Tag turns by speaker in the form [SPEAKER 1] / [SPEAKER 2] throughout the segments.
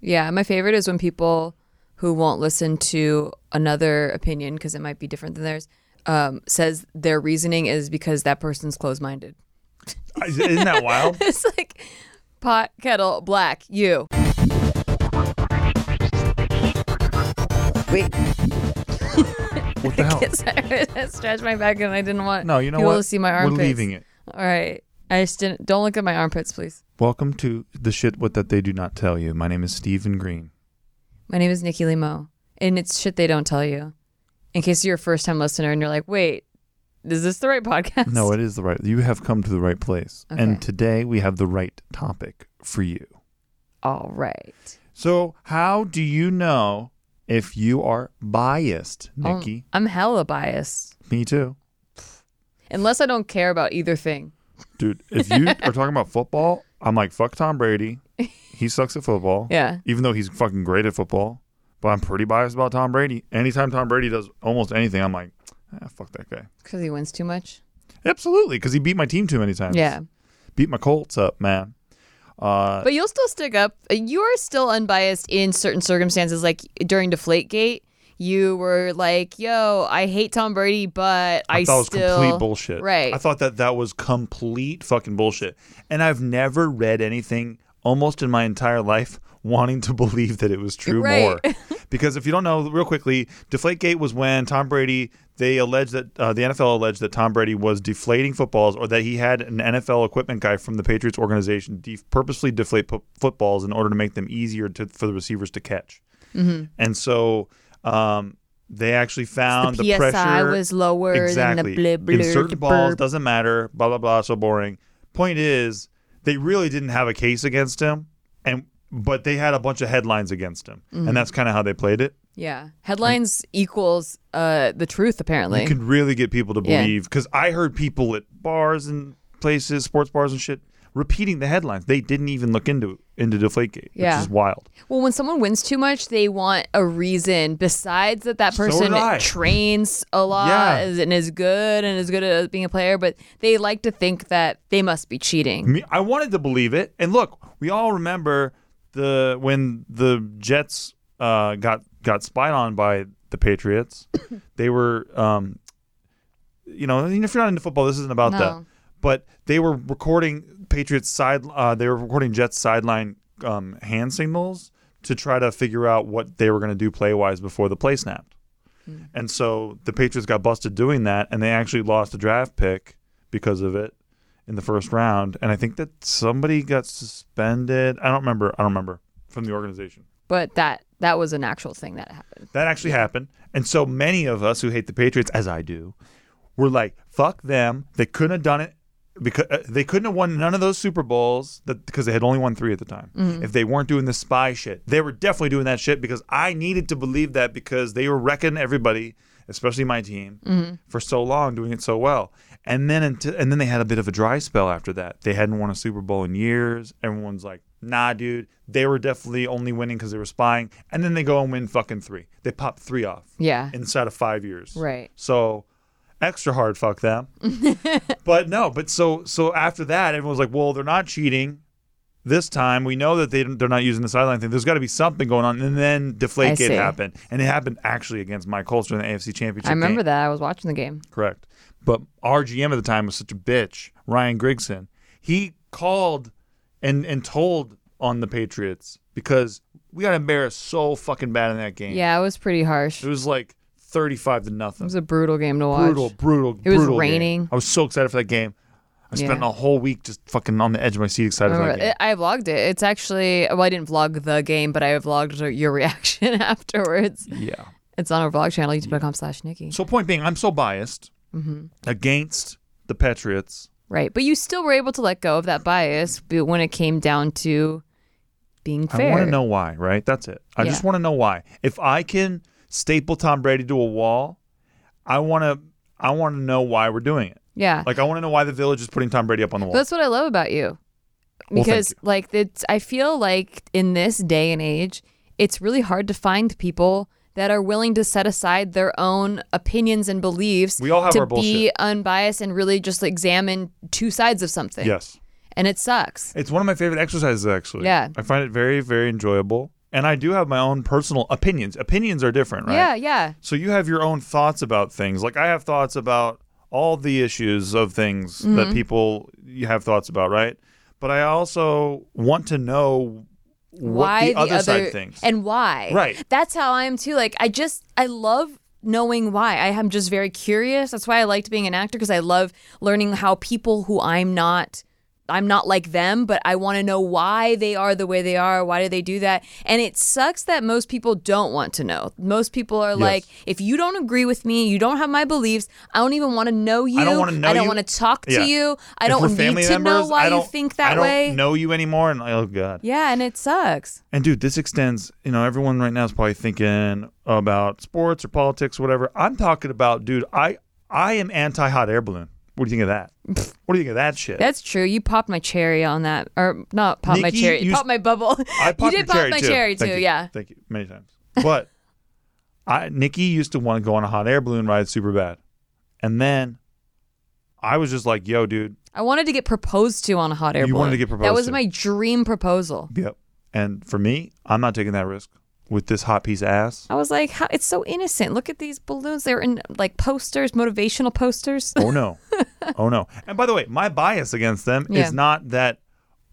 [SPEAKER 1] Yeah, my favorite is when people who won't listen to another opinion because it might be different than theirs um, says their reasoning is because that person's closed-minded.
[SPEAKER 2] Isn't that wild?
[SPEAKER 1] It's like pot kettle black you.
[SPEAKER 3] Wait,
[SPEAKER 2] What the hell?
[SPEAKER 1] I stretched my back and I didn't want
[SPEAKER 2] No, you know
[SPEAKER 1] people
[SPEAKER 2] what?
[SPEAKER 1] to see my
[SPEAKER 2] We're
[SPEAKER 1] armpits.
[SPEAKER 2] leaving it.
[SPEAKER 1] All right, I just didn't. Don't look at my armpits, please.
[SPEAKER 2] Welcome to the shit what that they do not tell you. My name is Stephen Green.
[SPEAKER 1] My name is Nikki Limo, and it's shit they don't tell you. In case you're a first-time listener and you're like, wait, is this the right podcast?
[SPEAKER 2] No, it is the right. You have come to the right place.
[SPEAKER 1] Okay.
[SPEAKER 2] And today we have the right topic for you.
[SPEAKER 1] All right.
[SPEAKER 2] So, how do you know if you are biased,
[SPEAKER 1] Um,
[SPEAKER 2] Nikki?
[SPEAKER 1] I'm hella biased.
[SPEAKER 2] Me too.
[SPEAKER 1] Unless I don't care about either thing.
[SPEAKER 2] Dude, if you are talking about football, I'm like, fuck Tom Brady. He sucks at football.
[SPEAKER 1] Yeah.
[SPEAKER 2] Even though he's fucking great at football. But I'm pretty biased about Tom Brady. Anytime Tom Brady does almost anything, I'm like, ah, fuck that guy.
[SPEAKER 1] Because he wins too much.
[SPEAKER 2] Absolutely, because he beat my team too many times.
[SPEAKER 1] Yeah.
[SPEAKER 2] Beat my Colts up, man. Uh,
[SPEAKER 1] But you'll still stick up. You are still unbiased in certain circumstances. Like during Deflategate, you were like, yo, I hate Tom Brady, but I,
[SPEAKER 2] I thought it was
[SPEAKER 1] still.
[SPEAKER 2] complete bullshit.
[SPEAKER 1] Right.
[SPEAKER 2] I thought that that was complete fucking bullshit. And I've never read anything almost in my entire life wanting to believe that it was true
[SPEAKER 1] Right.
[SPEAKER 2] more. because if you don't know, real quickly, Deflategate was when Tom Brady, they alleged that, uh, the NFL alleged that Tom Brady was deflating footballs or that he had an NFL equipment guy from the Patriots organization de- purposely deflate po- footballs in order to make them easier to, for the receivers to catch.
[SPEAKER 1] Mm-hmm.
[SPEAKER 2] And so um, they actually found the,
[SPEAKER 1] PSI
[SPEAKER 2] pressure
[SPEAKER 1] was lower
[SPEAKER 2] exactly.
[SPEAKER 1] than the blib blur,
[SPEAKER 2] Insert balls
[SPEAKER 1] blur.
[SPEAKER 2] doesn't matter. Blah blah blah. So boring. Point is, they really didn't have a case against him, and but they had a bunch of headlines against him, and that's kind of how they played it.
[SPEAKER 1] Yeah. Headlines equals uh, the truth, apparently.
[SPEAKER 2] You could really get people to
[SPEAKER 1] Yeah.
[SPEAKER 2] believe because I heard people at bars and places, sports bars and shit, repeating the headlines. They didn't even look into into Deflategate,
[SPEAKER 1] Yeah.
[SPEAKER 2] which is wild.
[SPEAKER 1] Well, when someone wins too much, they want a reason besides that that
[SPEAKER 2] So
[SPEAKER 1] person
[SPEAKER 2] did I.
[SPEAKER 1] trains a lot
[SPEAKER 2] Yeah.
[SPEAKER 1] is- and is good and is good at being a player, but they like to think that they must be cheating.
[SPEAKER 2] Me, I wanted to believe it. And look, we all remember the when the Jets uh, got got spied on by the Patriots. they were, um, you know, and if you're not into football, this isn't about that.
[SPEAKER 1] No.
[SPEAKER 2] But they were recording Patriots side. Uh, they were recording Jets sideline um, hand signals to try to figure out what they were going to do play wise before the play snapped. And so the Patriots got busted doing that, and they actually lost a draft pick because of it in the first round. And I think that somebody got suspended. I don't remember. I don't remember from the organization.
[SPEAKER 1] But that that was an actual thing that happened.
[SPEAKER 2] That actually happened. And so many of us who hate the Patriots, as I do, were like, "Fuck them! They couldn't have done it." Because uh, they couldn't have won none of those Super Bowls that because they had only won three at the time.
[SPEAKER 1] Mm-hmm.
[SPEAKER 2] If they weren't doing the spy shit, they were definitely doing that shit because I needed to believe that because they were wrecking everybody, especially my team,
[SPEAKER 1] Mm-hmm.
[SPEAKER 2] for so long doing it so well. And then until, and then they had a bit of a dry spell after that. They hadn't won a Super Bowl in years. Everyone's like, nah, dude, they were definitely only winning because they were spying. And then they go and win fucking three. They pop three off
[SPEAKER 1] Yeah.
[SPEAKER 2] inside of five years.
[SPEAKER 1] Right.
[SPEAKER 2] So extra hard fuck them. but no, but so so after that, everyone's like, well, they're not cheating. This time we know that they don't- they're not using the sideline thing. There's got to be something going on, and then
[SPEAKER 1] see.
[SPEAKER 2] Deflategate happened, and it happened actually against Mike Holster in the AFC Championship.
[SPEAKER 1] I remember
[SPEAKER 2] game.
[SPEAKER 1] that. I was watching the game.
[SPEAKER 2] Correct. But our GM at the time was such a bitch, Ryan Grigson. He called and and told on the Patriots because we got embarrassed so fucking bad in that game.
[SPEAKER 1] Yeah, it was pretty harsh.
[SPEAKER 2] It
[SPEAKER 1] It
[SPEAKER 2] was like thirty-five to nothing
[SPEAKER 1] was a brutal game to watch.
[SPEAKER 2] brutal, brutal.
[SPEAKER 1] It was
[SPEAKER 2] brutal game.
[SPEAKER 1] raining.
[SPEAKER 2] I was so excited for that game. I spent
[SPEAKER 1] Yeah.
[SPEAKER 2] a whole week just fucking on the edge of my seat,
[SPEAKER 1] I,
[SPEAKER 2] excited for that
[SPEAKER 1] remember,
[SPEAKER 2] game.
[SPEAKER 1] I vlogged it. It's actually well, I didn't vlog the game, but I vlogged your reaction afterwards.
[SPEAKER 2] yeah.
[SPEAKER 1] It's on our vlog channel, youtube.com/slash Nikki.
[SPEAKER 2] So point being, I'm so biased
[SPEAKER 1] Mm-hmm.
[SPEAKER 2] against the Patriots.
[SPEAKER 1] Right. But you still were able to let go of that bias b- when it came down to being fair.
[SPEAKER 2] I want to know why. Right? That's it. I just
[SPEAKER 1] Yeah.
[SPEAKER 2] want to know why. If I can staple Tom Brady to a wall, I want to. I want to know why we're doing it.
[SPEAKER 1] Yeah.
[SPEAKER 2] Like I want to know why the Village is putting Tom Brady up on the wall.
[SPEAKER 1] That's what I love about you.
[SPEAKER 2] Well, thank
[SPEAKER 1] Because
[SPEAKER 2] you.
[SPEAKER 1] like it's I feel like in this day and age, it's really hard to find people that are willing to set aside their own opinions and beliefs
[SPEAKER 2] We all have
[SPEAKER 1] to
[SPEAKER 2] our
[SPEAKER 1] be
[SPEAKER 2] bullshit.
[SPEAKER 1] unbiased and really just examine two sides of something.
[SPEAKER 2] yes.
[SPEAKER 1] And it sucks.
[SPEAKER 2] It's one of my favorite exercises, actually.
[SPEAKER 1] Yeah.
[SPEAKER 2] I find it very, very enjoyable. and I do have my own personal opinions. Opinions are different, right?
[SPEAKER 1] Yeah, yeah.
[SPEAKER 2] So you have your own thoughts about things. Like I have thoughts about all the issues of things
[SPEAKER 1] Mm-hmm.
[SPEAKER 2] that people you have thoughts about, right? But I also want to know what
[SPEAKER 1] why
[SPEAKER 2] the, other, side thinks.
[SPEAKER 1] and why.
[SPEAKER 2] Right.
[SPEAKER 1] That's how I am too. Like I just I love knowing why. I am just very curious. That's why I liked being an actor because I love learning how people who I'm not I'm not like them, but I want to know why they are the way they are. Why do they do that? And it sucks that most people don't want to know. Most people are like, if you don't agree with me, you don't have my beliefs. I don't even want to know you.
[SPEAKER 2] I don't wanna know
[SPEAKER 1] I don't
[SPEAKER 2] you.
[SPEAKER 1] want to talk to
[SPEAKER 2] Yeah.
[SPEAKER 1] you. I
[SPEAKER 2] If
[SPEAKER 1] don't
[SPEAKER 2] we're
[SPEAKER 1] need
[SPEAKER 2] family
[SPEAKER 1] to know
[SPEAKER 2] members, I
[SPEAKER 1] why you
[SPEAKER 2] don't-
[SPEAKER 1] think that
[SPEAKER 2] I
[SPEAKER 1] way.
[SPEAKER 2] don't know you anymore, and oh god.
[SPEAKER 1] Yeah, and it sucks.
[SPEAKER 2] And dude, this extends. You know, everyone right now is probably thinking about sports or politics, or whatever. I'm talking about, dude. I I am anti hot air balloon. What do you think of that? what do you think of that shit?
[SPEAKER 1] That's true. You popped my cherry on that, or not popped my
[SPEAKER 2] Nikki,
[SPEAKER 1] cherry.
[SPEAKER 2] you-
[SPEAKER 1] You popped my bubble.
[SPEAKER 2] I popped
[SPEAKER 1] you
[SPEAKER 2] your
[SPEAKER 1] did pop my
[SPEAKER 2] too.
[SPEAKER 1] cherry
[SPEAKER 2] Thank
[SPEAKER 1] too.
[SPEAKER 2] you.
[SPEAKER 1] Yeah.
[SPEAKER 2] Thank you many times. But I Nikki used to want to go on a hot air balloon ride super bad, and then I was just like, "Yo, dude,
[SPEAKER 1] I wanted to get proposed to on a hot air
[SPEAKER 2] You
[SPEAKER 1] balloon.
[SPEAKER 2] wanted to get
[SPEAKER 1] That
[SPEAKER 2] proposed
[SPEAKER 1] was
[SPEAKER 2] to.
[SPEAKER 1] my dream proposal.
[SPEAKER 2] yep." And for me, I'm not taking that risk with this hot piece of ass.
[SPEAKER 1] I was like, How, it's so innocent. Look at these balloons. They're in like posters, motivational posters.
[SPEAKER 2] Oh no, oh no. And by the way, my bias against them
[SPEAKER 1] Yeah.
[SPEAKER 2] is not that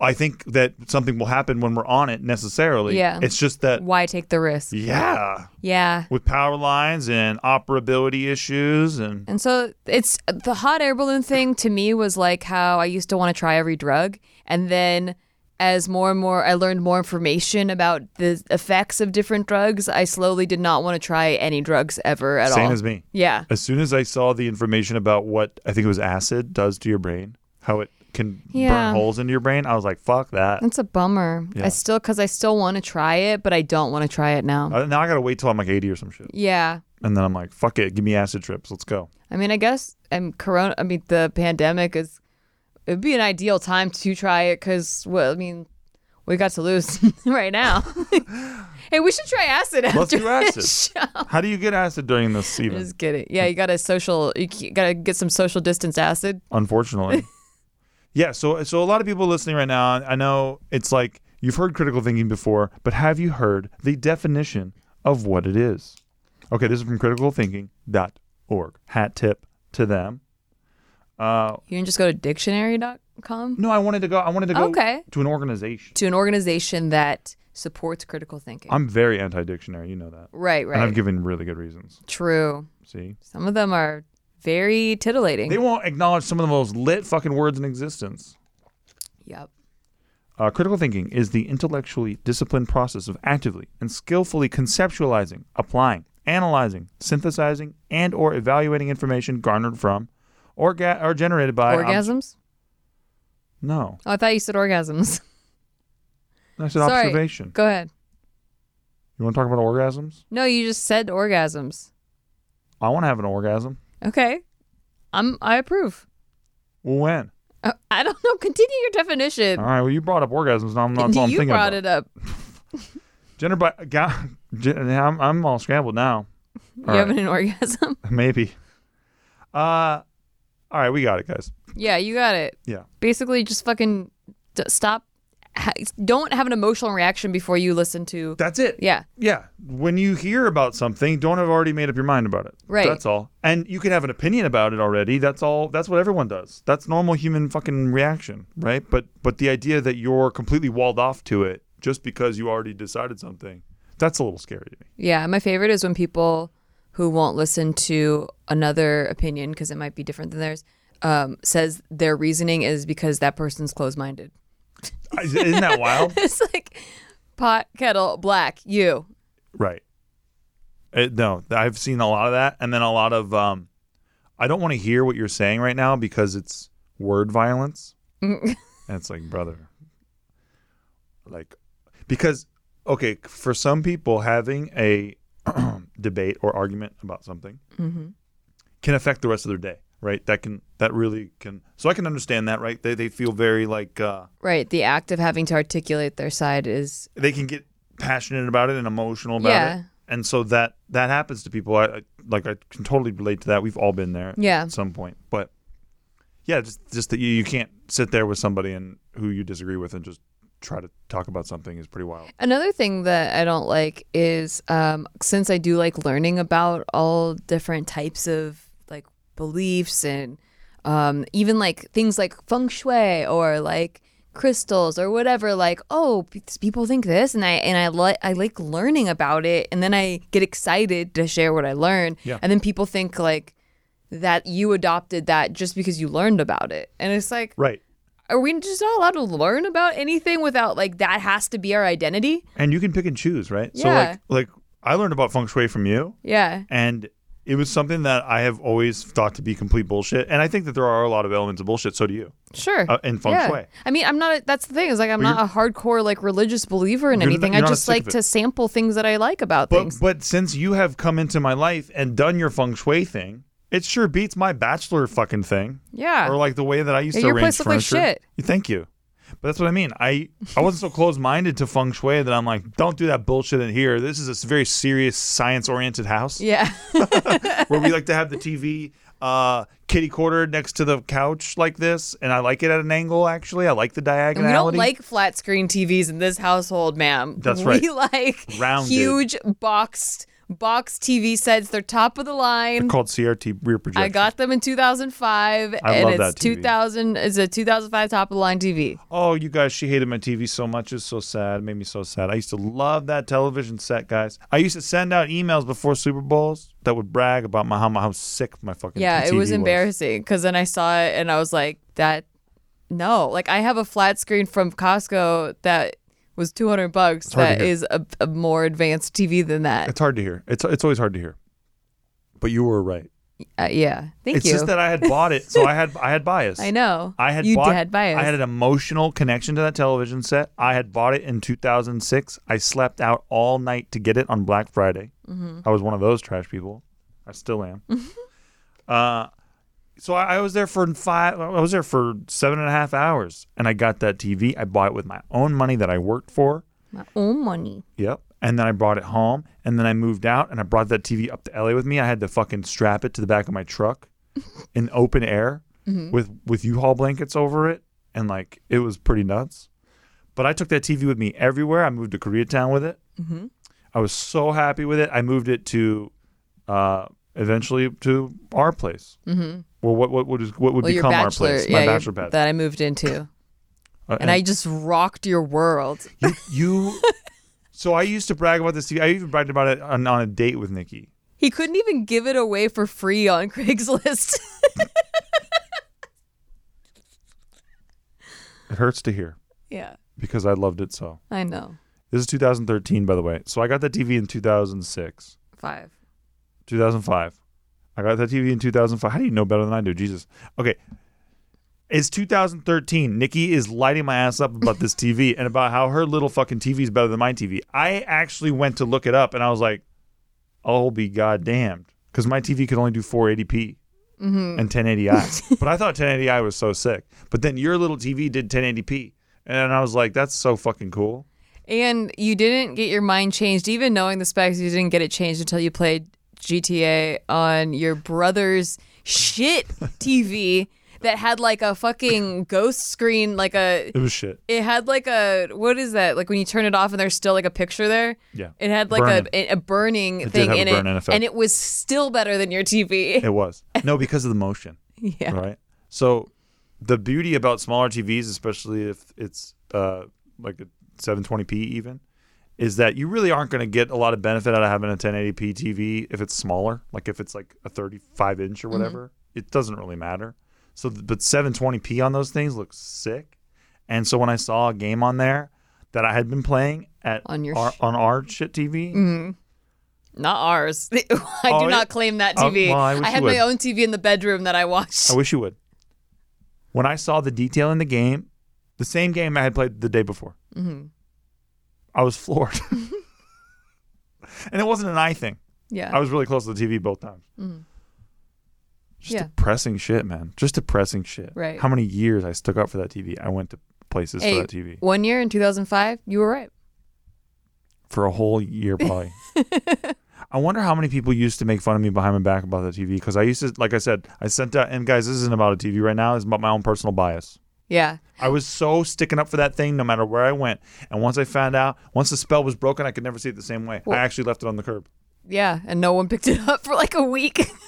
[SPEAKER 2] I think that something will happen when we're on it necessarily.
[SPEAKER 1] Yeah.
[SPEAKER 2] it's just that.
[SPEAKER 1] Why take the risk?
[SPEAKER 2] Yeah,
[SPEAKER 1] Yeah.
[SPEAKER 2] with power lines and operability issues and
[SPEAKER 1] And so it's the hot air balloon thing to me was like how I used to want to try every drug. And then as more and more I learned more information about the effects of different drugs, I slowly did not want to try any drugs ever at
[SPEAKER 2] same
[SPEAKER 1] all.
[SPEAKER 2] as me.
[SPEAKER 1] yeah.
[SPEAKER 2] As soon as I saw the information about what I think it was acid does to your brain, how it can
[SPEAKER 1] Yeah.
[SPEAKER 2] burn holes into your brain, I was like, fuck that.
[SPEAKER 1] That's a bummer.
[SPEAKER 2] Yeah.
[SPEAKER 1] I still, because I still want to try it, but I don't want to try it now.
[SPEAKER 2] Uh, now I gotta wait till I'm like 80 or some shit,
[SPEAKER 1] yeah.
[SPEAKER 2] and then I'm like, fuck it, give me acid trips, let's go.
[SPEAKER 1] I mean, I guess I'm corona. I mean, the pandemic is. It'd be an ideal time to try it because, well, I mean, we got to lose right now. hey, we should try acid after
[SPEAKER 2] Let's do acid.
[SPEAKER 1] this show.
[SPEAKER 2] How do you get acid during this even?
[SPEAKER 1] Just kidding. Yeah, you gotta social. You c- gotta get some social distance acid.
[SPEAKER 2] unfortunately. yeah, so so a lot of people listening right now, I know it's like you've heard critical thinking before, but have you heard the definition of what it is? Okay, this is from criticalthinking.org. Hat tip to them. Uh,
[SPEAKER 1] You can just go to dictionary.com
[SPEAKER 2] no, I wanted to go. I wanted to go
[SPEAKER 1] Okay.
[SPEAKER 2] to an organization.
[SPEAKER 1] to an organization that supports critical thinking.
[SPEAKER 2] I'm very anti-dictionary. You know that,
[SPEAKER 1] right, right.
[SPEAKER 2] and I've given really good reasons.
[SPEAKER 1] True.
[SPEAKER 2] See,
[SPEAKER 1] Some of them are very titillating.
[SPEAKER 2] they won't acknowledge some of the most lit fucking words in existence.
[SPEAKER 1] yep.
[SPEAKER 2] Uh, critical thinking is the intellectually disciplined process of actively and skillfully conceptualizing, applying, analyzing, synthesizing, and or evaluating information garnered from or, ga- or generated by ob-
[SPEAKER 1] Orgasms?
[SPEAKER 2] no,
[SPEAKER 1] oh, I thought you said orgasms.
[SPEAKER 2] that's an
[SPEAKER 1] Sorry.
[SPEAKER 2] observation.
[SPEAKER 1] Go ahead.
[SPEAKER 2] You want to talk about orgasms?
[SPEAKER 1] No, you just said orgasms.
[SPEAKER 2] I want to have an orgasm.
[SPEAKER 1] Okay. I'm I approve.
[SPEAKER 2] Well, when?
[SPEAKER 1] Uh, I don't know. Continue your definition.
[SPEAKER 2] All right. Well, you brought up orgasms. Now I'm not. that's all I'm
[SPEAKER 1] you
[SPEAKER 2] thinking
[SPEAKER 1] brought
[SPEAKER 2] about.
[SPEAKER 1] it up.
[SPEAKER 2] Gender by, ga- gen- I'm, I'm all scrambled now.
[SPEAKER 1] You
[SPEAKER 2] All right.
[SPEAKER 1] having an orgasm?
[SPEAKER 2] Maybe. Uh, all right. We got it, guys.
[SPEAKER 1] yeah, you got it.
[SPEAKER 2] Yeah.
[SPEAKER 1] Basically, just fucking d- stop. Ha- don't have an emotional reaction before you listen to.
[SPEAKER 2] That's it.
[SPEAKER 1] Yeah.
[SPEAKER 2] Yeah. When you hear about something, don't have already made up your mind about it.
[SPEAKER 1] Right.
[SPEAKER 2] That's all. And you can have an opinion about it already. That's all that's what everyone does. That's normal human fucking reaction, right? But but the idea that you're completely walled off to it just because you already decided something, that's a little scary to me.
[SPEAKER 1] Yeah. My favorite is when people who won't listen to another opinion because it might be different than theirs um, says their reasoning is because that person's closed minded.
[SPEAKER 2] I- Isn't that wild?
[SPEAKER 1] it's like pot, kettle, black, you.
[SPEAKER 2] Right. Uh, no, I've seen a lot of that and then a lot of um I don't want to hear what you're saying right now because it's word violence. And it's like, brother, like, because, okay, for some people, having a debate or argument about something can affect the rest of their day, right? That can, that really can. So I can understand that, right? They, they feel very like, uh,
[SPEAKER 1] Right. The act of having to articulate their side is
[SPEAKER 2] they can get passionate about it and emotional about
[SPEAKER 1] Yeah.
[SPEAKER 2] it. And so that, that happens to people. I, I, like, I can totally relate to that. We've all been there
[SPEAKER 1] Yeah.
[SPEAKER 2] at some point. But yeah, just, just that you, you can't sit there with somebody and who you disagree with and just try to talk about something is pretty wild.
[SPEAKER 1] Another thing that I don't like is um, since I do like learning about all different types of like beliefs and um, even like things like feng shui or like crystals or whatever like oh p- people think this and i and i like i like learning about it and then i get excited to share what i learn
[SPEAKER 2] Yeah.
[SPEAKER 1] and then people think like that you adopted that just because you learned about it and it's like
[SPEAKER 2] Right.
[SPEAKER 1] are we just not allowed to learn about anything without like that has to be our identity?
[SPEAKER 2] And you can pick and choose, right?
[SPEAKER 1] Yeah.
[SPEAKER 2] So like like I learned about feng shui from you
[SPEAKER 1] Yeah.
[SPEAKER 2] and it was something that I have always thought to be complete bullshit. And I think that there are a lot of elements of bullshit, so do you.
[SPEAKER 1] Sure.
[SPEAKER 2] Uh, and feng
[SPEAKER 1] yeah.
[SPEAKER 2] shui.
[SPEAKER 1] I mean, I'm not. that's the thing is like I'm not a hardcore like religious believer in
[SPEAKER 2] You're not-
[SPEAKER 1] anything.
[SPEAKER 2] you're
[SPEAKER 1] I
[SPEAKER 2] not
[SPEAKER 1] just
[SPEAKER 2] sick
[SPEAKER 1] like
[SPEAKER 2] of it.
[SPEAKER 1] to sample things that I like about
[SPEAKER 2] But
[SPEAKER 1] things.
[SPEAKER 2] but since you have come into my life and done your feng shui thing, it sure beats my bachelor fucking thing.
[SPEAKER 1] Yeah.
[SPEAKER 2] Or like the way that I used
[SPEAKER 1] Yeah,
[SPEAKER 2] to
[SPEAKER 1] your
[SPEAKER 2] arrange
[SPEAKER 1] place looked like
[SPEAKER 2] furniture.
[SPEAKER 1] shit.
[SPEAKER 2] Yeah, Thank you. But that's what I mean. I I wasn't so close minded to feng shui that I'm like, don't do that bullshit in here. This is a s- very serious science oriented house
[SPEAKER 1] yeah.
[SPEAKER 2] where we like to have the TV uh, kitty quarter next to the couch like this, and I like it at an angle. Actually, I like the
[SPEAKER 1] we don't
[SPEAKER 2] diagonality.
[SPEAKER 1] like flat screen TVs in this household, ma'am.
[SPEAKER 2] That's
[SPEAKER 1] We
[SPEAKER 2] right.
[SPEAKER 1] like
[SPEAKER 2] Rounded.
[SPEAKER 1] huge boxed box TV sets. They're top of the line.
[SPEAKER 2] called CRT rear projection.
[SPEAKER 1] I got them in 2005,
[SPEAKER 2] I
[SPEAKER 1] and
[SPEAKER 2] love
[SPEAKER 1] it's
[SPEAKER 2] that TV.
[SPEAKER 1] 2000. It's a 2005 top of the line TV.
[SPEAKER 2] Oh, you guys, she hated my TV so much. It's so sad. It made me so sad. I used to love that television set, guys. I used to send out emails before Super Bowls that would brag about my how, my, how sick my fucking
[SPEAKER 1] Yeah, it
[SPEAKER 2] TV
[SPEAKER 1] was embarrassing because then I saw it and I was like, that, no. Like, I have a flat screen from Costco that was 200 bucks
[SPEAKER 2] hard to
[SPEAKER 1] that
[SPEAKER 2] hear.
[SPEAKER 1] is a, a more advanced TV than that.
[SPEAKER 2] It's hard to hear. It's it's always hard to hear. But you were right.
[SPEAKER 1] Uh, yeah. Thank
[SPEAKER 2] it's
[SPEAKER 1] you.
[SPEAKER 2] just that I had bought it, so I had I had bias.
[SPEAKER 1] I know.
[SPEAKER 2] I had
[SPEAKER 1] you
[SPEAKER 2] bought,
[SPEAKER 1] had bias.
[SPEAKER 2] I had an emotional connection to that television set. I had bought it in 2006. I slept out all night to get it on Black Friday. I was one of those trash people. I still am. uh, so I, I was there for five. I was there for seven and a half hours, and I got that TV. I bought it with my own money that I worked for.
[SPEAKER 1] My own money.
[SPEAKER 2] Yep. And then I brought it home, and then I moved out, and I brought that TV up to LA with me. I had to fucking strap it to the back of my truck in open air
[SPEAKER 1] Mm-hmm.
[SPEAKER 2] with with U-Haul blankets over it, and like it was pretty nuts. But I took that TV with me everywhere. I moved to Koreatown with it.
[SPEAKER 1] Mm-hmm.
[SPEAKER 2] I was so happy with it. I moved it to uh, eventually to our place. Mm-hmm. Well, what what would what would
[SPEAKER 1] Well, your
[SPEAKER 2] become our
[SPEAKER 1] bachelor,
[SPEAKER 2] place?
[SPEAKER 1] yeah,
[SPEAKER 2] my
[SPEAKER 1] your-
[SPEAKER 2] bachelor pad.
[SPEAKER 1] that I moved into,
[SPEAKER 2] Uh,
[SPEAKER 1] and I just rocked your world.
[SPEAKER 2] you, you so I used to brag about this TV. I even bragged about it on, on a date with Nikki.
[SPEAKER 1] He couldn't even give it away for free on Craigslist.
[SPEAKER 2] It hurts to hear
[SPEAKER 1] yeah,
[SPEAKER 2] because I loved it so.
[SPEAKER 1] I know.
[SPEAKER 2] This is 2013, by the way. So I got that TV in 2006,
[SPEAKER 1] Five.
[SPEAKER 2] 2005. I got that TV in 2005. How do you know better than I do? Jesus. Okay. It's 2013. Nikki is lighting my ass up about this TV and about how her little fucking TV is better than my TV. I actually went to look it up and I was like, I'll be goddamned. Because my TV could only do 480p and 1080i. but I thought 1080i was so sick. But then your little TV did 1080p. And I was like, that's so fucking cool.
[SPEAKER 1] And you didn't get your mind changed, even knowing the specs, you didn't get it changed until you played GTA on your brother's shit TV that had like a fucking ghost screen, like a.
[SPEAKER 2] It was shit.
[SPEAKER 1] It had like a what is that? Like when you turn it off and there's still like a picture there.
[SPEAKER 2] Yeah.
[SPEAKER 1] It had like
[SPEAKER 2] Burning.
[SPEAKER 1] a a burning
[SPEAKER 2] did
[SPEAKER 1] thing
[SPEAKER 2] have a
[SPEAKER 1] in
[SPEAKER 2] burn-in
[SPEAKER 1] it,
[SPEAKER 2] effect.
[SPEAKER 1] and it was still better than your TV.
[SPEAKER 2] It was. No, because of the motion,
[SPEAKER 1] yeah.
[SPEAKER 2] right? So the beauty about smaller TVs, especially if it's uh, like a 720p even, is that you really aren't going to get a lot of benefit out of having a 1080p TV if it's smaller. Like if it's like a 35 inch or
[SPEAKER 1] Mm-hmm.
[SPEAKER 2] whatever, it doesn't really matter. So, th- but 720p on those things looks sick. And so when I saw a game on there that I had been playing at
[SPEAKER 1] On your
[SPEAKER 2] our,
[SPEAKER 1] sh- Mm-hmm.
[SPEAKER 2] on our shit TV,
[SPEAKER 1] Not ours. I do
[SPEAKER 2] Oh,
[SPEAKER 1] not
[SPEAKER 2] it-
[SPEAKER 1] claim that
[SPEAKER 2] Oh,
[SPEAKER 1] TV.
[SPEAKER 2] well, I wish
[SPEAKER 1] I
[SPEAKER 2] you
[SPEAKER 1] had my
[SPEAKER 2] would.
[SPEAKER 1] own TV in the bedroom that I watched.
[SPEAKER 2] I wish you would. When I saw the detail in the game, the same game I had played the day before,
[SPEAKER 1] Mm-hmm.
[SPEAKER 2] I was floored. and it wasn't an eye thing.
[SPEAKER 1] yeah.
[SPEAKER 2] I was really close to the TV both times. Just
[SPEAKER 1] Mm-hmm. Yeah.
[SPEAKER 2] depressing shit, man. Just depressing shit.
[SPEAKER 1] Right.
[SPEAKER 2] How many years I stuck up for that TV? I went to places
[SPEAKER 1] Hey,
[SPEAKER 2] for that TV
[SPEAKER 1] One year in 2005, you were right.
[SPEAKER 2] for a whole year, probably. I wonder how many people used to make fun of me behind my back about the TV because I used to, like I said, I sent out, and guys, this isn't about a TV right now. It's about my own personal bias.
[SPEAKER 1] Yeah.
[SPEAKER 2] I was so sticking up for that thing no matter where I went. And once I found out, once the spell was broken, I could never see it the same way. I actually left it on the curb.
[SPEAKER 1] Yeah, and no one picked it up for like a week.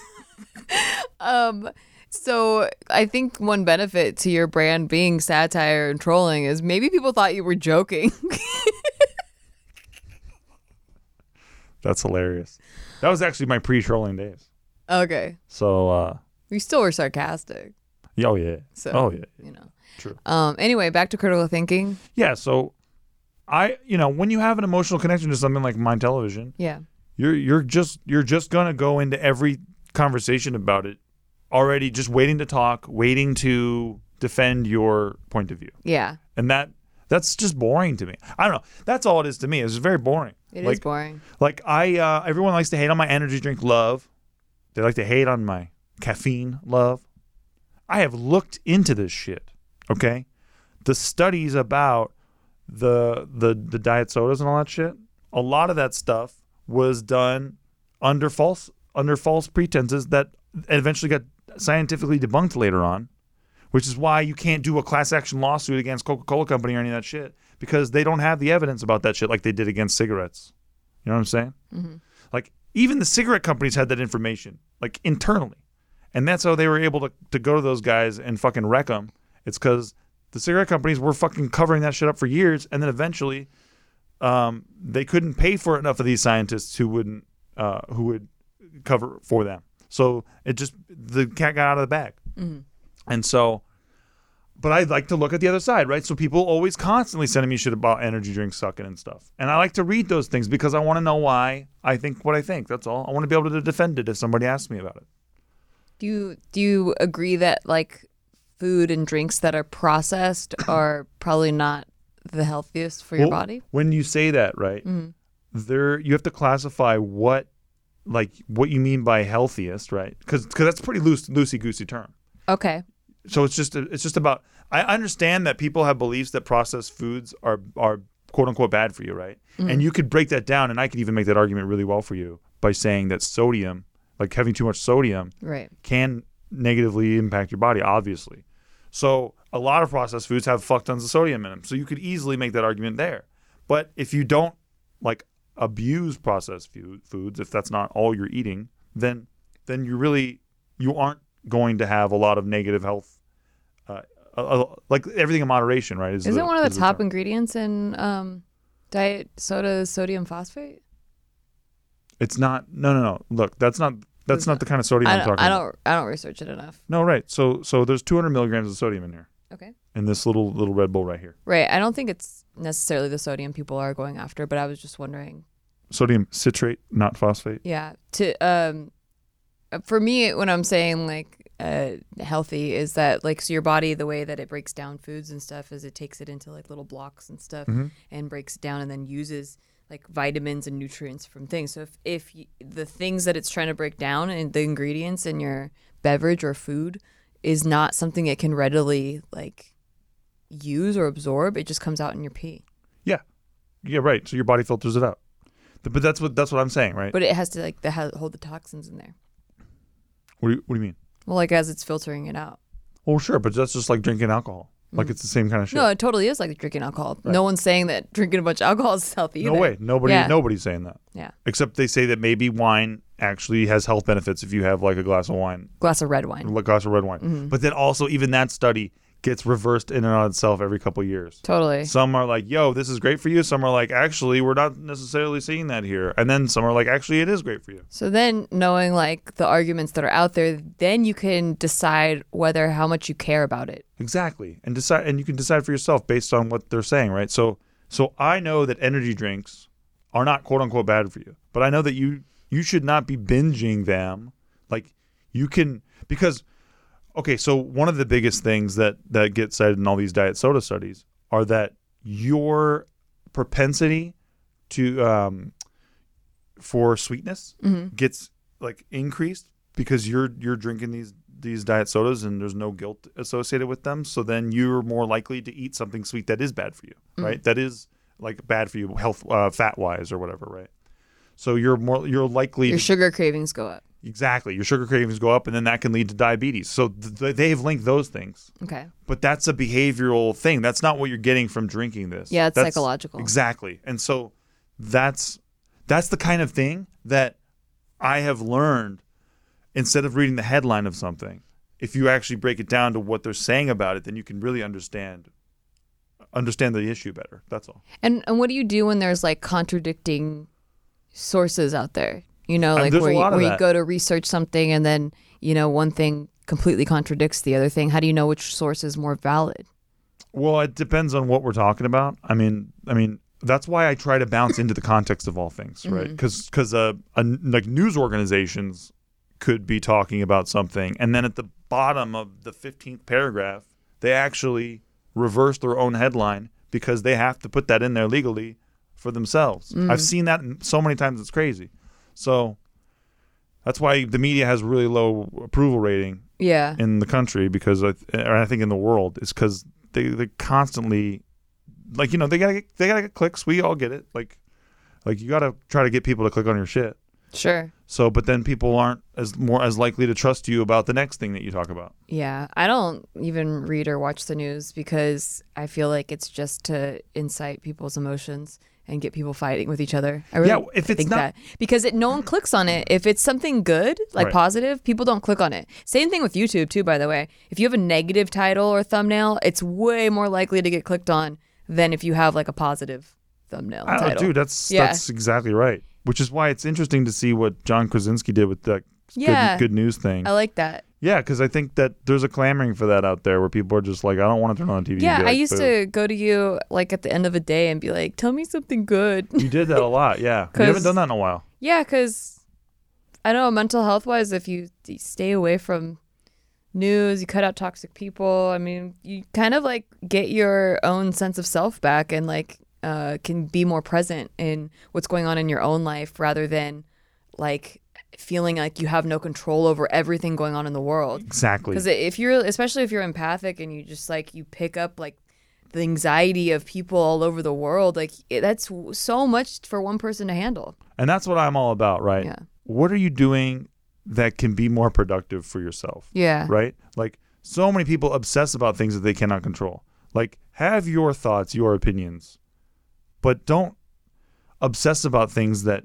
[SPEAKER 1] um so I think one benefit to your brand being satire and trolling is maybe people thought you were joking.
[SPEAKER 2] That's hilarious. That was actually my pre-trolling days.
[SPEAKER 1] okay.
[SPEAKER 2] So, uh,
[SPEAKER 1] You still were sarcastic,
[SPEAKER 2] yeah, oh yeah,
[SPEAKER 1] So-
[SPEAKER 2] oh yeah,
[SPEAKER 1] you know.
[SPEAKER 2] True.
[SPEAKER 1] Um anyway, back to critical thinking.
[SPEAKER 2] yeah. So, I, you know, when you have an emotional connection to something like Mind Television,
[SPEAKER 1] Yeah.
[SPEAKER 2] you're you're just you're just gonna go into every conversation about it already, just waiting to talk, waiting to defend your point of view,
[SPEAKER 1] Yeah.
[SPEAKER 2] and that that's just boring to me. I don't know. That's all it is to me. It's just very boring.
[SPEAKER 1] It is
[SPEAKER 2] like,
[SPEAKER 1] boring.
[SPEAKER 2] Like I, uh, everyone likes to hate on my energy drink love. They like to hate on my caffeine love. I have looked into this shit. Okay, the studies about the the the diet sodas and all that shit. A lot of that stuff was done under false under false pretenses that eventually got scientifically debunked later on, which is why you can't do a class action lawsuit against Coca Cola Company or any of that shit because they don't have the evidence about that shit like they did against cigarettes. You know what I'm saying? Like even the cigarette companies had that information, like internally, and that's how they were able to to go to those guys and fucking wreck them. It's because the cigarette companies were fucking covering that shit up for years, and then eventually, um, they couldn't pay for enough of these scientists who wouldn't uh, who would cover for them. So it just the cat got out of the bag, and so. But I like to look at the other side, right? So people always constantly sending me shit about energy drinks sucking and stuff. And I like to read those things because I want to know why I think what I think. That's all. I want to be able to defend it if somebody asks me about it.
[SPEAKER 1] Do you do you agree that like food and drinks that are processed are probably not the healthiest for your
[SPEAKER 2] Well,
[SPEAKER 1] body? Mm-hmm.
[SPEAKER 2] When you say that, right? There you have to classify what like what you mean by healthiest, right? Cuz cuz that's a pretty loose loosey goosey term.
[SPEAKER 1] Okay.
[SPEAKER 2] So it's just it's just about I understand that people have beliefs that processed foods are are quote unquote bad for you, right? And you could break that down and I could even make that argument really well for you by saying that sodium, like having too much sodium
[SPEAKER 1] Right.
[SPEAKER 2] can negatively impact your body, obviously. So a lot of processed foods have fuck tons of sodium in them. So you could easily make that argument there. But if you don't like abuse processed fu- foods, if that's not all you're eating, then then you really you aren't going to have a lot of negative health. Uh, uh, uh, like everything in moderation, right? Is
[SPEAKER 1] Isn't one of
[SPEAKER 2] is
[SPEAKER 1] the top
[SPEAKER 2] term.
[SPEAKER 1] ingredients in um, diet soda sodium phosphate?
[SPEAKER 2] It's not. No, no, no. Look, that's not. That's not the kind of sodium
[SPEAKER 1] I
[SPEAKER 2] I'm
[SPEAKER 1] don't,
[SPEAKER 2] talking
[SPEAKER 1] I
[SPEAKER 2] about.
[SPEAKER 1] don't, I don't research it enough.
[SPEAKER 2] No, right. So, so there's 200 milligrams of sodium in here,
[SPEAKER 1] Okay.
[SPEAKER 2] in this little little Red Bull right here.
[SPEAKER 1] Right. I don't think it's necessarily the sodium people are going after, but I was just wondering.
[SPEAKER 2] sodium citrate, not phosphate.
[SPEAKER 1] Yeah. To um, for me, when I'm saying like uh, healthy, is that like so your body the way that it breaks down foods and stuff is it takes it into like little blocks and stuff and breaks it down and then uses like vitamins and nutrients from things. So if if y the things that it's trying to break down and the ingredients in your beverage or food is not something it can readily like use or absorb, it just comes out in your pee.
[SPEAKER 2] Yeah, yeah, right. So your body filters it out. Th- But that's what that's what I'm saying, right?
[SPEAKER 1] But it has to like the, ha- hold the toxins in there.
[SPEAKER 2] what, do you, what do you mean?
[SPEAKER 1] Well, like as it's filtering it out.
[SPEAKER 2] Well, sure, but that's just like drinking alcohol. Like it's the same kind of shit.
[SPEAKER 1] Mm-hmm. No, it totally is like drinking alcohol. No one's saying that drinking a bunch of alcohol is healthy.
[SPEAKER 2] No
[SPEAKER 1] either.
[SPEAKER 2] way. Nobody
[SPEAKER 1] Yeah.
[SPEAKER 2] nobody's saying that.
[SPEAKER 1] Yeah,
[SPEAKER 2] Except they say that maybe wine actually has health benefits if you have like a glass of wine,
[SPEAKER 1] glass of red wine.
[SPEAKER 2] a glass of red wine.
[SPEAKER 1] Mm-hmm.
[SPEAKER 2] But then also even that study gets reversed in and on itself every couple of years.
[SPEAKER 1] Totally.
[SPEAKER 2] Some are like, "Yo, this is great for you." Some are like, "Actually, we're not necessarily seeing that here." And then some are like, "Actually, it is great for you."
[SPEAKER 1] So then, knowing like the arguments that are out there, then you can decide whether how much you care about it.
[SPEAKER 2] Exactly. And decide and you can decide for yourself based on what they're saying, right? So so I know that energy drinks are not quote unquote bad for you. But I know that you you should not be binging them. Like you can because okay, so one of the biggest things that that get cited in all these diet soda studies are that your propensity to um for sweetness gets like increased because you're you're drinking these these diet sodas and there's no guilt associated with them so then you're more likely to eat something sweet that is bad for you right that is like bad for you health uh, fat wise or whatever right so you're more you're likely
[SPEAKER 1] Your
[SPEAKER 2] to-
[SPEAKER 1] sugar cravings go up.
[SPEAKER 2] Exactly. Your sugar cravings go up, and then that can lead to diabetes. So th- they've linked those things.
[SPEAKER 1] Okay.
[SPEAKER 2] But that's a behavioral thing. That's not what you're getting from drinking this.
[SPEAKER 1] Yeah, it's
[SPEAKER 2] That's-
[SPEAKER 1] psychological.
[SPEAKER 2] Exactly. And so that's that's the kind of thing that I have learned instead of reading the headline of something. If you actually break it down to what they're saying about it, then you can really understand understand the issue better. That's all.
[SPEAKER 1] And and what do you do when there's like contradicting sources out there? You know,
[SPEAKER 2] Um,
[SPEAKER 1] like
[SPEAKER 2] there's
[SPEAKER 1] where,
[SPEAKER 2] a
[SPEAKER 1] you,
[SPEAKER 2] lot of
[SPEAKER 1] where you
[SPEAKER 2] that.
[SPEAKER 1] go to research something and then you know one thing completely contradicts the other thing. How do you know which source is more valid?
[SPEAKER 2] Well, it depends on what we're talking about. I mean, I mean that's why I try to bounce into the context of all things, right? Because because uh, a, like news organizations could be talking about something, and then at the bottom of the fifteenth paragraph, they actually reverse their own headline because they have to put that in there legally for themselves. I've seen that so many times; it's crazy. So that's why the media has really low approval rating
[SPEAKER 1] Yeah.
[SPEAKER 2] in the country because I, th- or I think in the world is because they they constantly like you know they gotta get, they gotta get clicks. We all get it. Like like you gotta try to get people to click on your shit.
[SPEAKER 1] Sure.
[SPEAKER 2] So but then people aren't as more as likely to trust you about the next thing that you talk about.
[SPEAKER 1] Yeah, I don't even read or watch the news because I feel like it's just to incite people's emotions and get people fighting with each other. I really
[SPEAKER 2] Yeah, if it's
[SPEAKER 1] think
[SPEAKER 2] not-
[SPEAKER 1] that because it, no one clicks on it. If it's something good, like
[SPEAKER 2] Right.
[SPEAKER 1] positive, people don't click on it. Same thing with YouTube too, by the way. If you have a negative title or thumbnail, it's way more likely to get clicked on than if you have like a positive thumbnail.
[SPEAKER 2] I don't-
[SPEAKER 1] title.
[SPEAKER 2] dude, um, that's
[SPEAKER 1] Yeah.
[SPEAKER 2] that's exactly right. Which is why it's interesting to see what John Krasinski did with that
[SPEAKER 1] Yeah. Oh.
[SPEAKER 2] good, good news thing.
[SPEAKER 1] I like that.
[SPEAKER 2] yeah, because I think that there's a clamoring for that out there where people are just like, I don't want to turn on TV. and
[SPEAKER 1] Yeah,
[SPEAKER 2] be
[SPEAKER 1] I
[SPEAKER 2] like,
[SPEAKER 1] used
[SPEAKER 2] "Boo."
[SPEAKER 1] to go to you like at the end of a day and be like, "Tell me something good."
[SPEAKER 2] You did that a lot, yeah. you
[SPEAKER 1] 'Cause-
[SPEAKER 2] haven't done that in a while.
[SPEAKER 1] Yeah, because I know mental health wise, if you d- stay away from news, you cut out toxic people. I mean, you kind of like get your own sense of self back and like uh, can be more present in what's going on in your own life rather than like feeling like you have no control over everything going on in the world.
[SPEAKER 2] Exactly.
[SPEAKER 1] Because if you're, especially if you're empathic and you just like you pick up like the anxiety of people all over the world, like it, that's w- so much for one person to handle.
[SPEAKER 2] And that's what I'm all about, right?
[SPEAKER 1] Yeah.
[SPEAKER 2] What are you doing that can be more productive for yourself?
[SPEAKER 1] Yeah.
[SPEAKER 2] Right? Like so many people obsess about things that they cannot control. Like have your thoughts, your opinions, but don't obsess about things that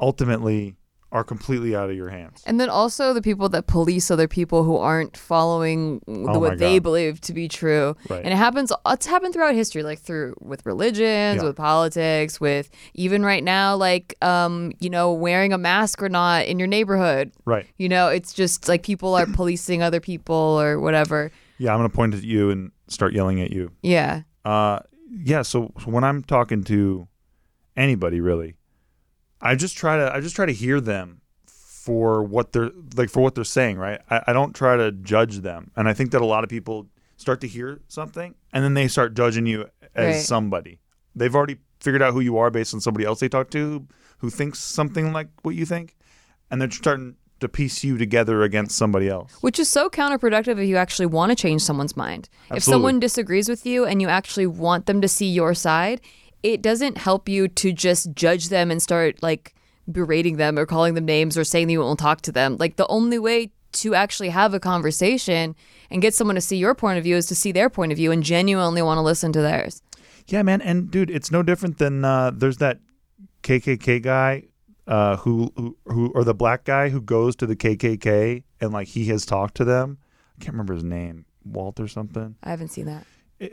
[SPEAKER 2] ultimately are completely out of your hands.
[SPEAKER 1] And then also the people that police other people who aren't following the,
[SPEAKER 2] Oh my
[SPEAKER 1] what they
[SPEAKER 2] God.
[SPEAKER 1] believe to be true.
[SPEAKER 2] Right.
[SPEAKER 1] And it happens. It's happened throughout history, like through with religions,
[SPEAKER 2] Yeah.
[SPEAKER 1] with politics, with even right now, like um, you know, wearing a mask or not in your neighborhood.
[SPEAKER 2] Right.
[SPEAKER 1] You know, it's just like people are policing other people or whatever.
[SPEAKER 2] Yeah, I'm going to point at you and start yelling at you.
[SPEAKER 1] Yeah.
[SPEAKER 2] Uh, yeah. So, so when I'm talking to anybody, really, I just try to I just try to hear them for what they're like for what they're saying, right? I, I don't try to judge them, and I think that a lot of people start to hear something and then they start judging you as
[SPEAKER 1] Right.
[SPEAKER 2] somebody. They've already figured out who you are based on somebody else they talked to who thinks something like what you think, and they're starting to piece you together against somebody else.
[SPEAKER 1] Which is so counterproductive if you actually want to change someone's mind. If
[SPEAKER 2] Absolutely.
[SPEAKER 1] someone disagrees with you and you actually want them to see your side, it doesn't help you to just judge them and start like berating them or calling them names or saying that you won't talk to them. Like the only way to actually have a conversation and get someone to see your point of view is to see their point of view and genuinely want to listen to theirs.
[SPEAKER 2] Yeah, man, and dude, it's no different than uh, there's that KKK guy uh, who, who who or the black guy who goes to the KKK and like he has talked to them. I can't remember his name, Walt or something.
[SPEAKER 1] I haven't seen that.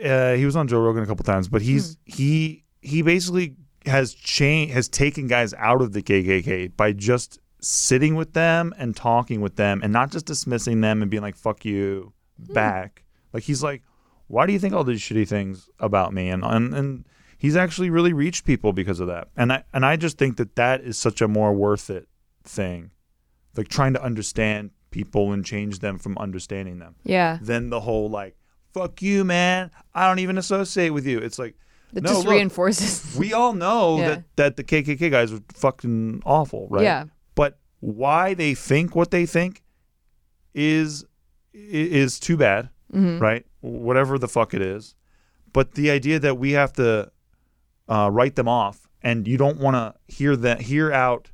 [SPEAKER 2] Uh, he was on Joe Rogan a couple times, but he's he he basically has changed has taken guys out of the KKK by just sitting with them and talking with them and not just dismissing them and being like fuck you back. Like he's like, why do you think all these shitty things about me? And and and he's actually really reached people because of that. And I and I just think that that is such a more worth it thing, like trying to understand people and change them from understanding them
[SPEAKER 1] Yeah.
[SPEAKER 2] then the whole like fuck you man i don't even associate with you it's like
[SPEAKER 1] That
[SPEAKER 2] no,
[SPEAKER 1] just
[SPEAKER 2] look,
[SPEAKER 1] reinforces.
[SPEAKER 2] we all know
[SPEAKER 1] Yeah.
[SPEAKER 2] that that the kkk guys are fucking awful right
[SPEAKER 1] Yeah.
[SPEAKER 2] but why they think what they think is i- is too bad right whatever the fuck it is but the idea that we have to uh, write them off and you don't want to hear that hear out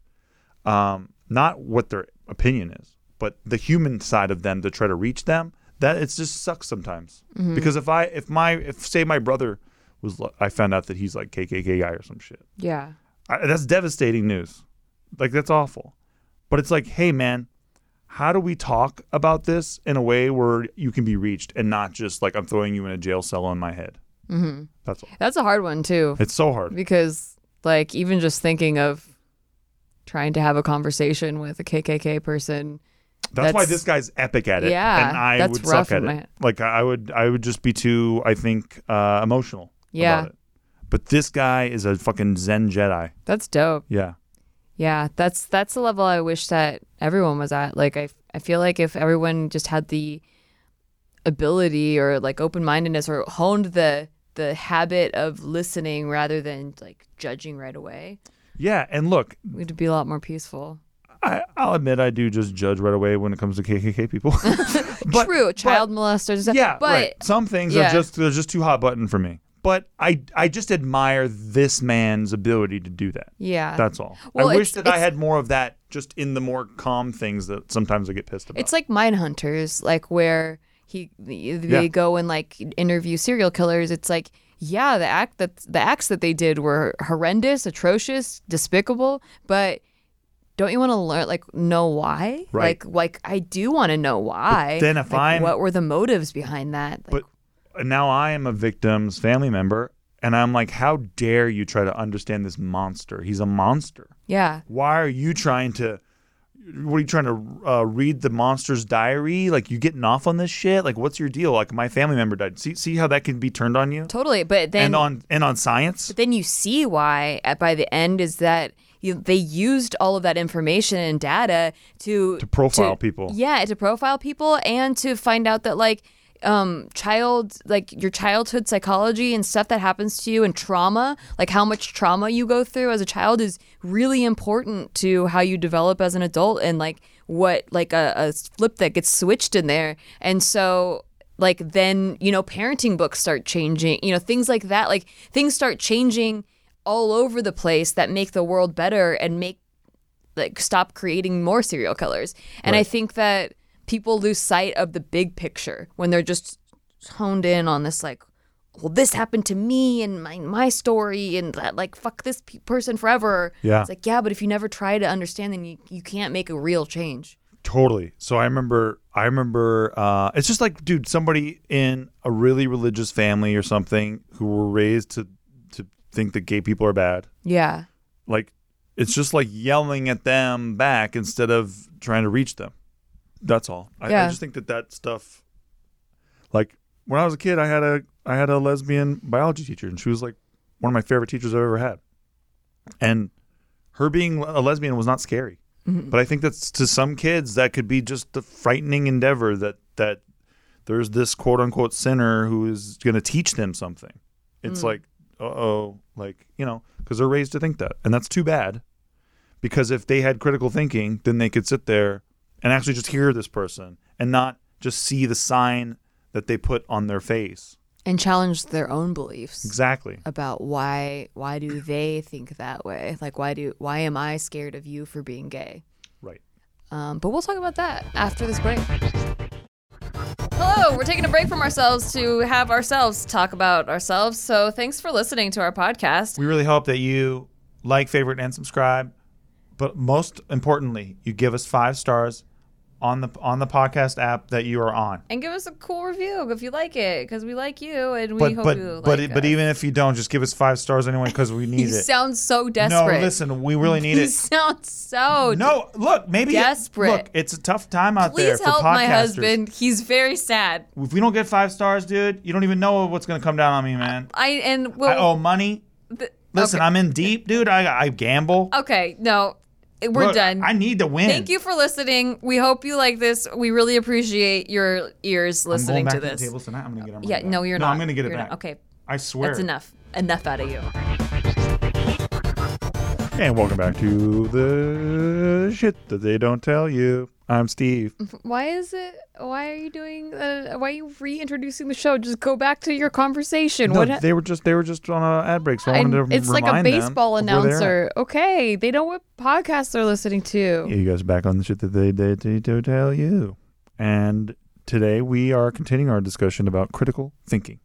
[SPEAKER 2] um, not what their opinion is. But the human side of them to try to reach them, that it just sucks sometimes. Because if I if my if say my brother was li- I found out that he's like KKK guy or some shit.
[SPEAKER 1] Yeah.
[SPEAKER 2] I, that's devastating news. Like that's awful. But it's like, hey man, how do we talk about this in a way where you can be reached and not just like I'm throwing you in a jail cell on my head. Mm-hmm. That's all.
[SPEAKER 1] That's a hard one too
[SPEAKER 2] It's so hard.
[SPEAKER 1] because like even just thinking of trying to have a conversation with a KKK person
[SPEAKER 2] That's, why
[SPEAKER 1] That's-
[SPEAKER 2] this guy's epic at it.
[SPEAKER 1] Yeah,
[SPEAKER 2] and I
[SPEAKER 1] that's
[SPEAKER 2] would
[SPEAKER 1] rough
[SPEAKER 2] suck at
[SPEAKER 1] in
[SPEAKER 2] it.
[SPEAKER 1] my head.
[SPEAKER 2] Like I would, I would just be too, I think, uh, emotional.
[SPEAKER 1] Yeah.
[SPEAKER 2] About it. But this guy is a fucking Zen Jedi.
[SPEAKER 1] that's dope.
[SPEAKER 2] Yeah.
[SPEAKER 1] Yeah, that's that's the level I wish that everyone was at. Like I I feel like if everyone just had the ability or like open-mindedness or honed the the habit of listening rather than like judging right away,
[SPEAKER 2] Yeah. And look,
[SPEAKER 1] we'd be a lot more peaceful.
[SPEAKER 2] I, I'll admit I do just judge right away when it comes to KKK people. but,
[SPEAKER 1] True,
[SPEAKER 2] but-
[SPEAKER 1] child molesters. and stuff,
[SPEAKER 2] yeah.
[SPEAKER 1] but
[SPEAKER 2] right. Some things
[SPEAKER 1] yeah.
[SPEAKER 2] are just they're just too hot button for me. But I I just admire this man's ability to do that.
[SPEAKER 1] yeah,
[SPEAKER 2] That's all.
[SPEAKER 1] Well,
[SPEAKER 2] I wish
[SPEAKER 1] it's-
[SPEAKER 2] that I
[SPEAKER 1] it's-
[SPEAKER 2] had more of that just in the more calm things that sometimes I get pissed about.
[SPEAKER 1] It's like Mine Hunters, like where he they
[SPEAKER 2] Yeah.
[SPEAKER 1] go and like interview serial killers. It's like, yeah, the act that the acts that they did were horrendous, atrocious, despicable, but don't you want to learn like know why?
[SPEAKER 2] Right.
[SPEAKER 1] Like like I do want to know why.
[SPEAKER 2] then if
[SPEAKER 1] Like,
[SPEAKER 2] I'm-
[SPEAKER 1] what were the motives behind that? Like,
[SPEAKER 2] but now I am a victim's family member, and I'm like, how dare you try to understand this monster? He's a monster.
[SPEAKER 1] yeah.
[SPEAKER 2] Why are you trying to? What are you trying to uh, read the monster's diary? Like you getting off on this shit? Like what's your deal? Like my family member died. See, see how that can be turned on you
[SPEAKER 1] Totally. But then
[SPEAKER 2] and on and on science.
[SPEAKER 1] But then you see why at, by the end is that you, they used all of that information and data to to
[SPEAKER 2] profile people.
[SPEAKER 1] Yeah, to profile people and to find out that like um child like your childhood psychology and stuff that happens to you and trauma like how much trauma you go through as a child is really important to how you develop as an adult and like what like a, a flip that gets switched in there and so like then you know parenting books start changing you know things like that like things start changing all over the place that make the world better and make like stop creating more serial killers and i think that people lose sight of the big picture when they're just honed in on this like well this happened to me and my my story and that like fuck this pe- person forever
[SPEAKER 2] Yeah.
[SPEAKER 1] it's like yeah but if you never try to understand then you, you can't make a real change
[SPEAKER 2] Totally. So I remember, I remember, uh, it's just like, dude, somebody in a really religious family or something who were raised to, to think that gay people are bad.
[SPEAKER 1] yeah
[SPEAKER 2] Like, it's just like yelling at them back instead of trying to reach them. That's all. I, I
[SPEAKER 1] Yeah.
[SPEAKER 2] just think that that stuff, like when I was a kid, I had a, I had a lesbian biology teacher and she was like one of my favorite teachers I've ever had. And her being a lesbian was not scary. But I think that's to some kids that could be just the frightening endeavor that that there's this quote unquote sinner who is going to teach them something. It's like, uh oh, like you know, because they're raised to think that, and that's too bad. Because if they had critical thinking, then they could sit there and actually just hear this person and not just see the sign that they put on their face.
[SPEAKER 1] and challenge their own beliefs
[SPEAKER 2] Exactly.
[SPEAKER 1] about why why do they think that way like why do why am i scared of you for being gay
[SPEAKER 2] Right.
[SPEAKER 1] Um, but we'll talk about that after this break. Hello, we're taking a break from ourselves to have ourselves talk about ourselves. So thanks for listening to our podcast.
[SPEAKER 2] We really hope that you like, favorite, and subscribe. But most importantly, you give us five stars on the on the podcast app that you are on.
[SPEAKER 1] And give us a cool review if you like it, because we like you and we
[SPEAKER 2] But
[SPEAKER 1] hope
[SPEAKER 2] but
[SPEAKER 1] you like
[SPEAKER 2] but
[SPEAKER 1] us.
[SPEAKER 2] but even if you don't, just give us five stars anyway because we
[SPEAKER 1] You
[SPEAKER 2] need it.
[SPEAKER 1] sound so
[SPEAKER 2] No,
[SPEAKER 1] desperate.
[SPEAKER 2] listen, we really need
[SPEAKER 1] You
[SPEAKER 2] it.
[SPEAKER 1] sound so
[SPEAKER 2] No, look, maybe
[SPEAKER 1] Desperate.
[SPEAKER 2] Look, it's a tough time out there
[SPEAKER 1] Please
[SPEAKER 2] for
[SPEAKER 1] help my
[SPEAKER 2] podcasters.
[SPEAKER 1] husband. He's very sad.
[SPEAKER 2] If we don't get five stars, dude, you don't even know what's gonna come down on me, man.
[SPEAKER 1] I and
[SPEAKER 2] I
[SPEAKER 1] well,
[SPEAKER 2] owe money.
[SPEAKER 1] th-
[SPEAKER 2] Listen,
[SPEAKER 1] okay.
[SPEAKER 2] I'm in deep, dude. I I gamble.
[SPEAKER 1] okay, no, we're
[SPEAKER 2] Look,
[SPEAKER 1] done.
[SPEAKER 2] I need to win.
[SPEAKER 1] Thank you for listening. We hope you like this. We really appreciate your ears
[SPEAKER 2] I'm going
[SPEAKER 1] listening
[SPEAKER 2] back
[SPEAKER 1] to
[SPEAKER 2] the
[SPEAKER 1] this.
[SPEAKER 2] tables tonight. I'm gonna get 'em
[SPEAKER 1] yeah,
[SPEAKER 2] right back.
[SPEAKER 1] no, you're
[SPEAKER 2] no,
[SPEAKER 1] not.
[SPEAKER 2] I'm gonna get it
[SPEAKER 1] You're
[SPEAKER 2] back.
[SPEAKER 1] not. Okay,
[SPEAKER 2] I swear.
[SPEAKER 1] that's enough. Enough out of you.
[SPEAKER 2] And welcome back to the shit that they don't tell you. I'm Steve.
[SPEAKER 1] Why is it? Why are you doing? Uh, why are you reintroducing the show? Just go back to your conversation.
[SPEAKER 2] No,
[SPEAKER 1] what? ha-
[SPEAKER 2] they were just they were just on an ad break, so I
[SPEAKER 1] and
[SPEAKER 2] wanted to
[SPEAKER 1] it's like a
[SPEAKER 2] remind them
[SPEAKER 1] baseball
[SPEAKER 2] of where they're at.
[SPEAKER 1] announcer. Okay, they know what podcasts they're listening to.
[SPEAKER 2] Yeah, you guys are back on the shit that they did to- to tell you. And today we are continuing our discussion about critical thinking.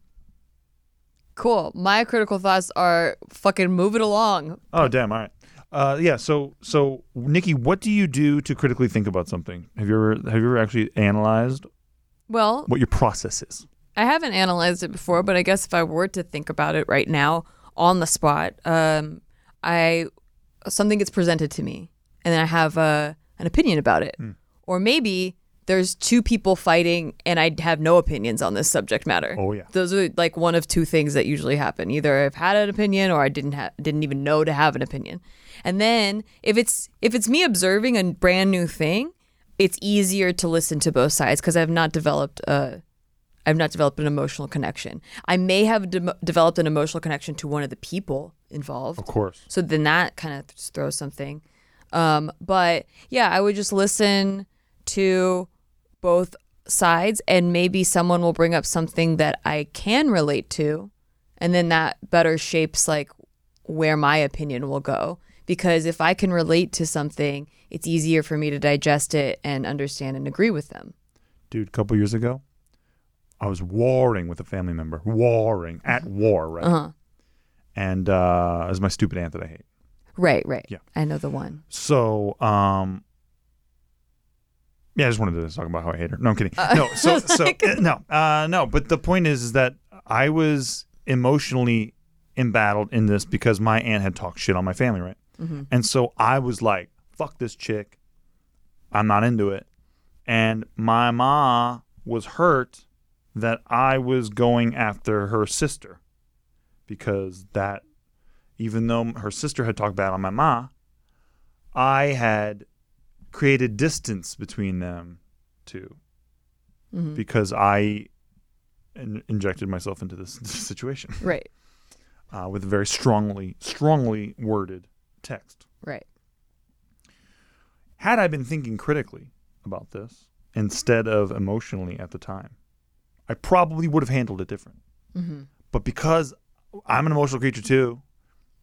[SPEAKER 1] Cool. My critical thoughts are fucking move it along.
[SPEAKER 2] Oh damn! All right. Uh, yeah. So so Nikki, what do you do to critically think about something? Have you ever have you ever actually analyzed
[SPEAKER 1] Well,
[SPEAKER 2] what your process is?
[SPEAKER 1] I haven't analyzed it before, but I guess if I were to think about it right now on the spot, um, I something gets presented to me, and then I have uh, an opinion about it,
[SPEAKER 2] Hmm.
[SPEAKER 1] or maybe there's two people fighting, and I have no opinions on this subject matter.
[SPEAKER 2] Oh, yeah.
[SPEAKER 1] those are like one of two things that usually happen. Either I've had an opinion, or I didn't ha- didn't even know to have an opinion. And then if it's if it's me observing a brand new thing, it's easier to listen to both sides because I've not developed uh, a I've not developed an emotional connection. I may have de- developed an emotional connection to one of the people involved.
[SPEAKER 2] Of course.
[SPEAKER 1] So then that kind of just throws something. Um, but yeah, I would just listen to both sides and maybe someone will bring up something that I can relate to. And then that better shapes like where my opinion will go. Because if I can relate to something, it's easier for me to digest it and understand and agree with them.
[SPEAKER 2] dude, a couple years ago, I was warring with a family member, warring at war, right?
[SPEAKER 1] Uh-huh.
[SPEAKER 2] And uh, it was my stupid aunt that I hate.
[SPEAKER 1] Right, right.
[SPEAKER 2] Yeah.
[SPEAKER 1] I know the one.
[SPEAKER 2] So, um, yeah, I just wanted to talk about how I hate her. No, I'm kidding. no, so, so uh, no, uh, no. But the point is, is that I was emotionally embattled in this because my aunt had talked shit on my family, right? And so I was like, "Fuck this chick, I'm not into it." And my ma was hurt that I was going after her sister because that, even though her sister had talked bad on my ma, I had created distance between them two because I in- injected myself into this situation
[SPEAKER 1] Right,
[SPEAKER 2] uh, with a very strongly, strongly worded text.
[SPEAKER 1] right.
[SPEAKER 2] Had I been thinking critically about this instead of emotionally at the time, I probably would have handled it different. But because I'm an emotional creature too,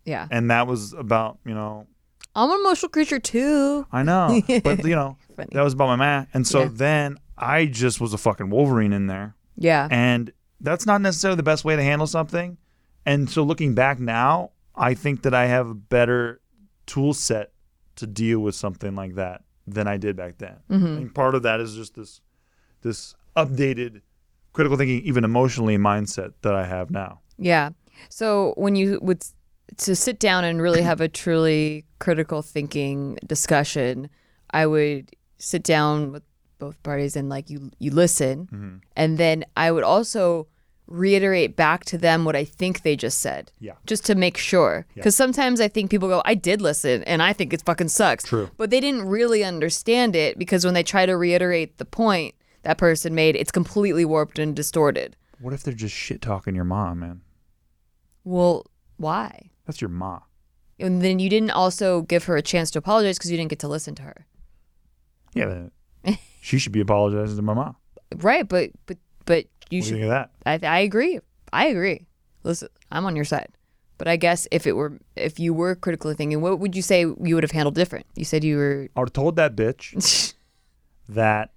[SPEAKER 1] Yeah.
[SPEAKER 2] and that was about, you know,
[SPEAKER 1] I'm an emotional creature too.
[SPEAKER 2] I know, but you know,
[SPEAKER 1] Funny.
[SPEAKER 2] that was about my man. And so
[SPEAKER 1] Yeah.
[SPEAKER 2] then I just was a fucking Wolverine in there.
[SPEAKER 1] Yeah.
[SPEAKER 2] And that's not necessarily the best way to handle something. And so looking back now, I think that I have a better tool set to deal with something like that than I did back then.
[SPEAKER 1] Mm-hmm.
[SPEAKER 2] And part of that is just this this updated critical thinking, even emotionally mindset that I have now.
[SPEAKER 1] yeah. So when you would s- to sit down and really have a truly critical thinking discussion, I would sit down with both parties and like you you listen and then I would also reiterate back to them what I think they just said.
[SPEAKER 2] Yeah.
[SPEAKER 1] Just to make sure. Because sometimes I think people go, I did listen and I think it fucking sucks.
[SPEAKER 2] True.
[SPEAKER 1] But they didn't really understand it because when they try to reiterate the point that person made, it's completely warped and distorted.
[SPEAKER 2] What if they're just shit talking your mom, man?
[SPEAKER 1] Well, why?
[SPEAKER 2] That's your ma.
[SPEAKER 1] And then you didn't also give her a chance to apologize because you didn't get to listen to her.
[SPEAKER 2] Yeah, but she should be apologizing to my mom.
[SPEAKER 1] Right, but but but you
[SPEAKER 2] what do
[SPEAKER 1] should
[SPEAKER 2] you think of that?
[SPEAKER 1] I, I agree. I agree. Listen, I'm on your side. But I guess if it were, if you were critically thinking, what would you say you would have handled different? You said you were.
[SPEAKER 2] I would've told that bitch that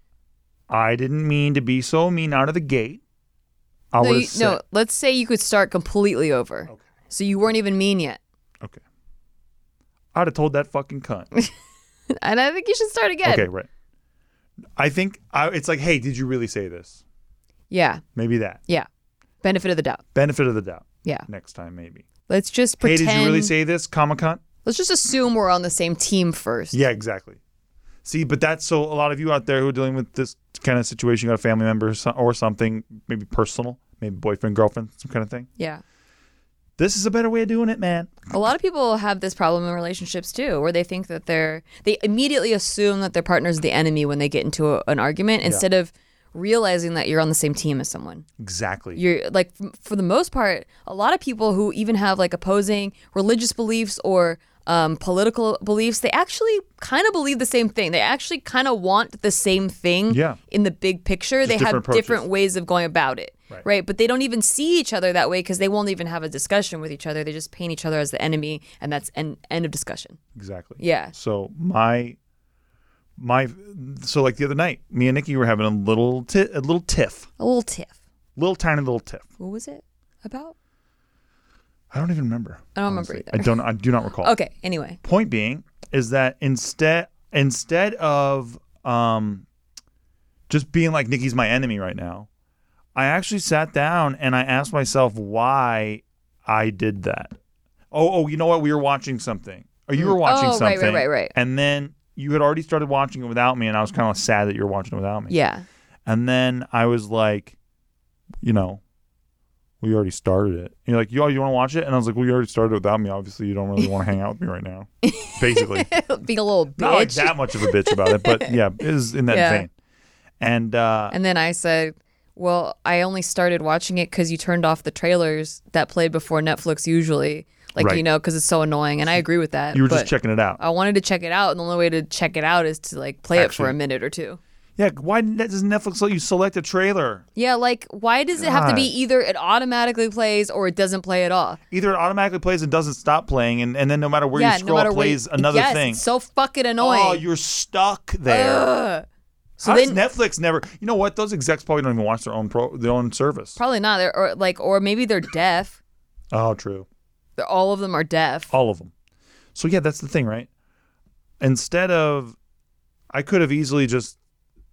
[SPEAKER 2] I didn't mean to be so mean out of the gate. I
[SPEAKER 1] no,
[SPEAKER 2] would
[SPEAKER 1] you- no, let's say you could start completely over.
[SPEAKER 2] Okay.
[SPEAKER 1] So you weren't even mean yet.
[SPEAKER 2] Okay. I'd have told that fucking cunt.
[SPEAKER 1] And I think you should start again.
[SPEAKER 2] okay, right. I think I, it's like, hey, did you really say this?
[SPEAKER 1] Yeah.
[SPEAKER 2] Maybe that.
[SPEAKER 1] Yeah. Benefit of the doubt.
[SPEAKER 2] Benefit of the doubt.
[SPEAKER 1] Yeah.
[SPEAKER 2] Next time, maybe.
[SPEAKER 1] Let's just pretend.
[SPEAKER 2] Hey, did you really say this, comma cunt?
[SPEAKER 1] let's just assume we're on the same team first.
[SPEAKER 2] Yeah, exactly. See, but that's so a lot of you out there who are dealing with this kind of situation, you got a family member or so- or something, maybe personal, maybe boyfriend, girlfriend, some kind of thing.
[SPEAKER 1] Yeah.
[SPEAKER 2] This is a better way of doing it, man.
[SPEAKER 1] A lot of people have this problem in relationships too, where they think that they're they immediately assume that their partner's the enemy when they get into a, an argument instead of realizing that you're on the same team as someone.
[SPEAKER 2] Exactly.
[SPEAKER 1] You're like f- for the most part, a lot of people who even have like opposing religious beliefs or um, political beliefs, they actually kind of believe the same thing. They actually kind of want the same thing
[SPEAKER 2] Yeah.
[SPEAKER 1] in the big picture. they
[SPEAKER 2] different
[SPEAKER 1] have
[SPEAKER 2] approaches.
[SPEAKER 1] different ways of going about it. Right. But they don't even see each other that way because they won't even have a discussion with each other. They just paint each other as the enemy, and that's an end of discussion.
[SPEAKER 2] Exactly.
[SPEAKER 1] Yeah.
[SPEAKER 2] So my my so like the other night, me and Nikki were having a little ti a little tiff,
[SPEAKER 1] A little tiff.
[SPEAKER 2] little tiny little tiff.
[SPEAKER 1] What was it about?
[SPEAKER 2] I don't even remember.
[SPEAKER 1] I don't remember either.
[SPEAKER 2] I don't. I do not recall.
[SPEAKER 1] Okay. Anyway,
[SPEAKER 2] Point being is that instead instead of um just being like Nikki's my enemy right now, I actually sat down and I asked myself why I did that. Oh, oh, you know what? We were watching something. Or you were watching
[SPEAKER 1] Oh, right, right,
[SPEAKER 2] something.
[SPEAKER 1] right, right.
[SPEAKER 2] And then you had already started watching it without me, and I was kind of sad that you were watching it without me.
[SPEAKER 1] yeah.
[SPEAKER 2] And then I was like, you know, we already started it. And you're like, yo, you want to watch it? And I was like, well, you already started it without me. Obviously, you don't really want to hang out with me right now. Basically,
[SPEAKER 1] Being a little bitch.
[SPEAKER 2] not like that much of a bitch about it, but yeah, it is in that
[SPEAKER 1] Yeah.
[SPEAKER 2] vein. And uh,
[SPEAKER 1] And then I said, "Well, I only started watching it because you turned off the trailers that played before Netflix usually, like
[SPEAKER 2] Right.
[SPEAKER 1] you know, because it's so annoying." And I agree with that.
[SPEAKER 2] you were just
[SPEAKER 1] but Oh.
[SPEAKER 2] checking it out.
[SPEAKER 1] I wanted to check it out, and the only way to check it out is to like play it for
[SPEAKER 2] Actually-
[SPEAKER 1] a minute or two.
[SPEAKER 2] yeah, why didn't- does Netflix let you select a trailer?
[SPEAKER 1] Yeah, like why does it have to be
[SPEAKER 2] God.
[SPEAKER 1] either it automatically plays or it doesn't play at all?
[SPEAKER 2] Either it automatically plays and doesn't stop playing, and, and then no matter where
[SPEAKER 1] yeah,
[SPEAKER 2] you scroll,
[SPEAKER 1] no matter
[SPEAKER 2] it
[SPEAKER 1] what you-
[SPEAKER 2] plays another
[SPEAKER 1] yes,
[SPEAKER 2] thing.
[SPEAKER 1] It's so fucking annoying.
[SPEAKER 2] oh, you're stuck there.
[SPEAKER 1] Ugh.
[SPEAKER 2] So
[SPEAKER 1] So
[SPEAKER 2] How
[SPEAKER 1] then,
[SPEAKER 2] does Netflix never? You know what? Those execs probably don't even watch their own pro, their own service.
[SPEAKER 1] probably not. They're, or like, or maybe they're deaf.
[SPEAKER 2] Oh, true.
[SPEAKER 1] They're, all of them are deaf.
[SPEAKER 2] All of them. So yeah, that's the thing, right? Instead of, I could have easily just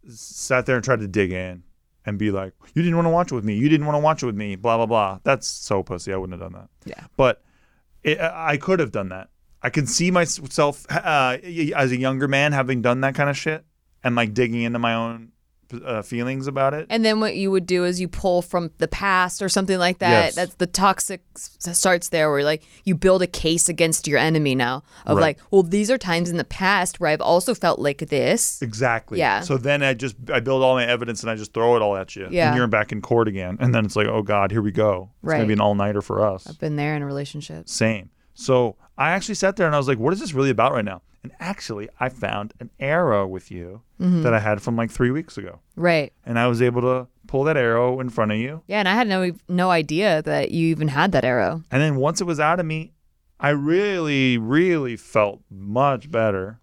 [SPEAKER 2] sat there and tried to dig in and be like, "You didn't want to watch it with me. You didn't want to watch it with me." Blah blah blah. That's so pussy. I wouldn't have done that.
[SPEAKER 1] Yeah.
[SPEAKER 2] But it, I I could have done that. I can see myself uh, as a younger man having done that kind of shit and like digging into my own uh, feelings about it.
[SPEAKER 1] And then what you would do is you pull from the past or something like that.
[SPEAKER 2] Yes.
[SPEAKER 1] That's the toxic s- starts there, where like you build a case against your enemy now of
[SPEAKER 2] Right.
[SPEAKER 1] like, well, these are times in the past where I've also felt like this.
[SPEAKER 2] Exactly.
[SPEAKER 1] Yeah.
[SPEAKER 2] So then I just I build all my evidence and I just throw it all at you.
[SPEAKER 1] Yeah.
[SPEAKER 2] And you're back in court again. And then it's like, oh God, here we go. It's gonna
[SPEAKER 1] Right.
[SPEAKER 2] be an all nighter for us.
[SPEAKER 1] Been there in relationships.
[SPEAKER 2] Same. So I actually sat there and I was like, what is this really about right now? And actually I found an arrow with you
[SPEAKER 1] Mm-hmm.
[SPEAKER 2] that I had from like three weeks ago.
[SPEAKER 1] Right.
[SPEAKER 2] And I was able to pull that arrow in front of you.
[SPEAKER 1] Yeah, and I had no e, no idea that you even had that arrow.
[SPEAKER 2] And then once it was out of me, I really, really felt much better.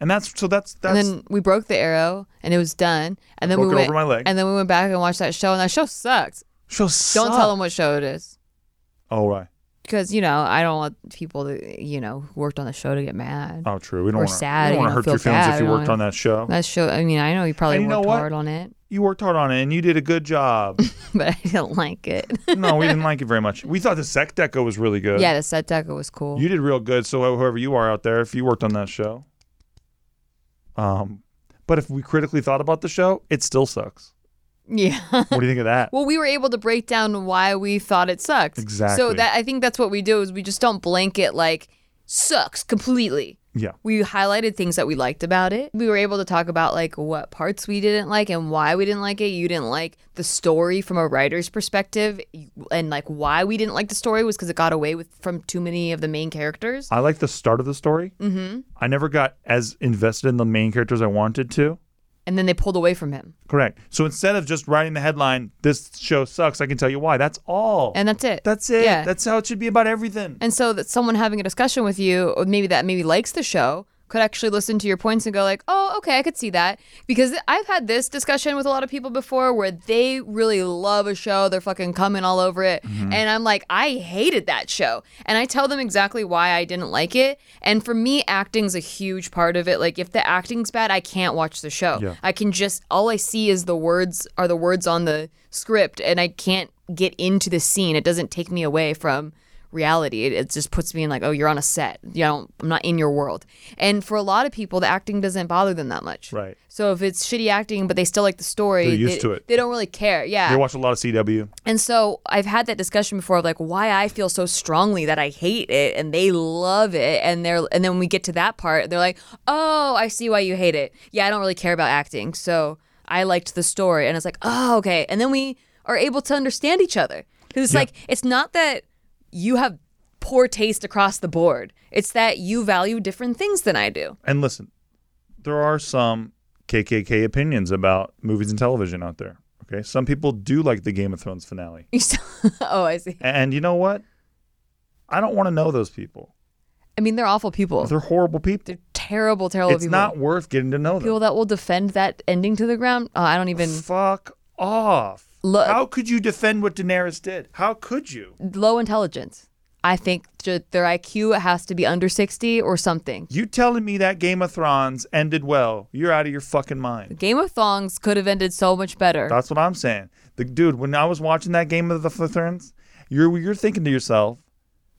[SPEAKER 2] And that's so that's that's
[SPEAKER 1] and then we broke the arrow, and it was done. And then
[SPEAKER 2] broke
[SPEAKER 1] we
[SPEAKER 2] it
[SPEAKER 1] went
[SPEAKER 2] over my leg.
[SPEAKER 1] and then we went back and watched that show, and that show sucked.
[SPEAKER 2] she'll
[SPEAKER 1] Don't tell them what show it is,
[SPEAKER 2] Oh right.
[SPEAKER 1] because you know I don't want people that you know who worked on the show to get mad.
[SPEAKER 2] Oh true. We don't
[SPEAKER 1] Or
[SPEAKER 2] want to
[SPEAKER 1] sad, you know,
[SPEAKER 2] hurt your
[SPEAKER 1] feel
[SPEAKER 2] feelings
[SPEAKER 1] bad,
[SPEAKER 2] if you
[SPEAKER 1] we don't
[SPEAKER 2] worked
[SPEAKER 1] wanna-
[SPEAKER 2] on that show.
[SPEAKER 1] That show. I mean, I know you probably
[SPEAKER 2] Oh. And you know
[SPEAKER 1] worked
[SPEAKER 2] what?
[SPEAKER 1] hard on it,
[SPEAKER 2] you worked hard on it and you did a good job.
[SPEAKER 1] but I didn't like it.
[SPEAKER 2] no, we didn't like it very much. We thought the sec deco was really good.
[SPEAKER 1] yeah, the set deco was cool.
[SPEAKER 2] You did real good. So whoever you are out there, if you worked on that show. Um but if we critically thought about the show, it still sucks.
[SPEAKER 1] yeah.
[SPEAKER 2] What do you think of that?
[SPEAKER 1] well, we were able to break down why we thought it sucked. So
[SPEAKER 2] Exactly.
[SPEAKER 1] that I think that's what we do is we just don't blanket like sucks completely.
[SPEAKER 2] yeah.
[SPEAKER 1] We highlighted things that we liked about it. We were able to talk about like what parts we didn't like and why we didn't like it. You didn't like the story from a writer's perspective and like why we didn't like the story was cuz it got away with from too many of the main characters.
[SPEAKER 2] I like the start of the story. Mm-hmm. I never got as invested in the main characters I wanted to.
[SPEAKER 1] And then they pulled away from him.
[SPEAKER 2] Correct. So instead of just writing the headline, this show sucks, I can tell you why. That's all.
[SPEAKER 1] And that's it.
[SPEAKER 2] that's it.
[SPEAKER 1] Yeah.
[SPEAKER 2] That's how it should be about everything.
[SPEAKER 1] And so that someone having a discussion with you, or maybe that maybe likes the show, could actually listen to your points and go like, "Oh, okay, I could see that." Because I've had this discussion with a lot of people before where they really love a show, they're fucking coming all over it, and I'm like, "I hated that show." And I tell them exactly why I didn't like it. And for me, acting's a huge part of it. Like if the acting's bad, I can't watch the show.
[SPEAKER 2] Yeah.
[SPEAKER 1] I can just all I see is the words are the words on the script and I can't get into the scene. It doesn't take me away from reality. It, it just puts me in like, oh, you're on a set. You know, I'm not in your world. And for a lot of people, the acting doesn't bother them that much.
[SPEAKER 2] Right.
[SPEAKER 1] So if it's shitty acting, but they still like the story,
[SPEAKER 2] They're used
[SPEAKER 1] they,
[SPEAKER 2] to it.
[SPEAKER 1] They don't really care. Yeah.
[SPEAKER 2] They watch a lot of CW.
[SPEAKER 1] And so I've had that discussion before of like why I feel so strongly that I hate it and they love it and they're and then when we get to that part they're like, "Oh, I see why you hate it. Yeah, I don't really care about acting. So I liked the story." And it's like, "Oh, okay." And then we are able to understand each other. Cuz it's like it's not that you have poor taste across the board. It's that you value different things than I do.
[SPEAKER 2] And listen, there are some KKK opinions about movies and television out there. Okay, some people do like the Game of Thrones finale,
[SPEAKER 1] You still, oh, I see.
[SPEAKER 2] and you know what? I don't want to know those people.
[SPEAKER 1] I mean, they're awful people. They're,
[SPEAKER 2] They're horrible people.
[SPEAKER 1] terrible, terrible
[SPEAKER 2] It's
[SPEAKER 1] people.
[SPEAKER 2] not worth getting to know them.
[SPEAKER 1] people that will defend that ending to the ground. Uh, I don't even.
[SPEAKER 2] Fuck off.
[SPEAKER 1] Look-
[SPEAKER 2] How could you defend what Daenerys did? How could you?
[SPEAKER 1] Low intelligence. I think ju- their IQ has to be under 60 or something.
[SPEAKER 2] You telling me that Game of Thrones ended well? You're out of your fucking mind.
[SPEAKER 1] Game of Thongs could have ended so much better.
[SPEAKER 2] That's what I'm saying. The dude, when I was watching that Game of the Thrones, you're you're thinking to yourself,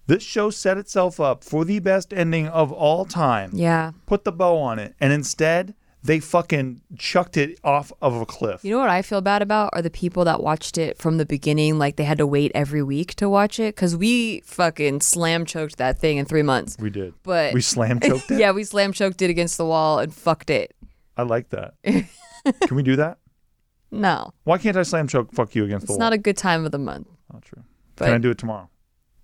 [SPEAKER 2] this show set itself up for the best ending of all time.
[SPEAKER 1] yeah.
[SPEAKER 2] Put the bow on it, and instead they fucking chucked it off of a cliff.
[SPEAKER 1] You know what I feel bad about are the people that watched it from the beginning, like they had to wait every week to watch it. Cause we fucking slam choked that thing in three months.
[SPEAKER 2] we did.
[SPEAKER 1] But-
[SPEAKER 2] we slam choked it.
[SPEAKER 1] yeah, we slam choked it against the wall and fucked it.
[SPEAKER 2] I like that. Can we do that?
[SPEAKER 1] No,
[SPEAKER 2] Why can't I slam choke fuck you against the
[SPEAKER 1] it's
[SPEAKER 2] wall?
[SPEAKER 1] not a good time of the month.
[SPEAKER 2] Not true.
[SPEAKER 1] But-
[SPEAKER 2] Can I do it tomorrow?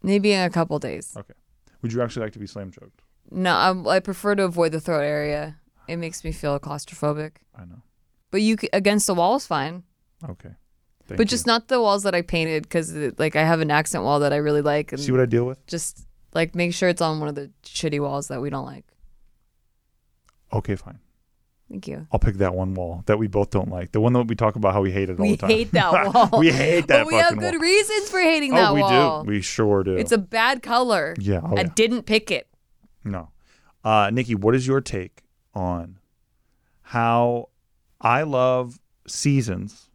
[SPEAKER 1] Maybe in a couple days.
[SPEAKER 2] Okay. Would you actually like to be slam choked?
[SPEAKER 1] No, I, I prefer to avoid the throat area. It makes me feel claustrophobic.
[SPEAKER 2] I know.
[SPEAKER 1] But you c- against the wall is fine,
[SPEAKER 2] Okay. Thank
[SPEAKER 1] but
[SPEAKER 2] you.
[SPEAKER 1] just not the walls that I painted because like I have an accent wall that I really like, and
[SPEAKER 2] see what I deal with.
[SPEAKER 1] just like make sure it's on one of the shitty walls that we don't like.
[SPEAKER 2] Okay, fine.
[SPEAKER 1] Thank you.
[SPEAKER 2] I'll pick that one wall that we both don't like. The one that we talk about how we hate it all
[SPEAKER 1] we
[SPEAKER 2] the time.
[SPEAKER 1] hate that wall.
[SPEAKER 2] we hate that
[SPEAKER 1] But we have
[SPEAKER 2] fucking
[SPEAKER 1] good
[SPEAKER 2] wall.
[SPEAKER 1] reasons for hating
[SPEAKER 2] oh,
[SPEAKER 1] that
[SPEAKER 2] we
[SPEAKER 1] wall.
[SPEAKER 2] do. We sure do.
[SPEAKER 1] It's a bad color.
[SPEAKER 2] Yeah, oh
[SPEAKER 1] I
[SPEAKER 2] yeah.
[SPEAKER 1] didn't pick it.
[SPEAKER 2] no. Uh, Nikki, what is your take on how I love seasons?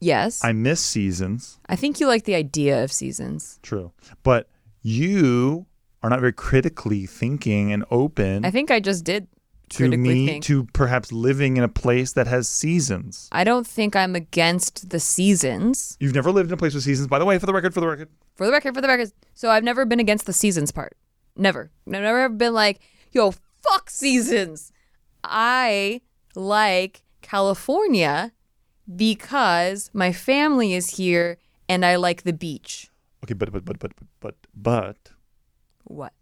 [SPEAKER 1] Yes.
[SPEAKER 2] I miss seasons.
[SPEAKER 1] I think you like the idea of seasons.
[SPEAKER 2] True, but you are not very critically thinking and open
[SPEAKER 1] I think I just did
[SPEAKER 2] to
[SPEAKER 1] critically
[SPEAKER 2] me
[SPEAKER 1] think.
[SPEAKER 2] to perhaps living in a place that has seasons.
[SPEAKER 1] I don't think I'm against the seasons.
[SPEAKER 2] You've never lived in a place with seasons, by the way. For the record, for the record,
[SPEAKER 1] For the record, for the record. So I've never been against the seasons part. Never. I've never ever been like, yo, fuck seasons. I like California because my family is here and I like the beach.
[SPEAKER 2] okay, but but but but but but but
[SPEAKER 1] What?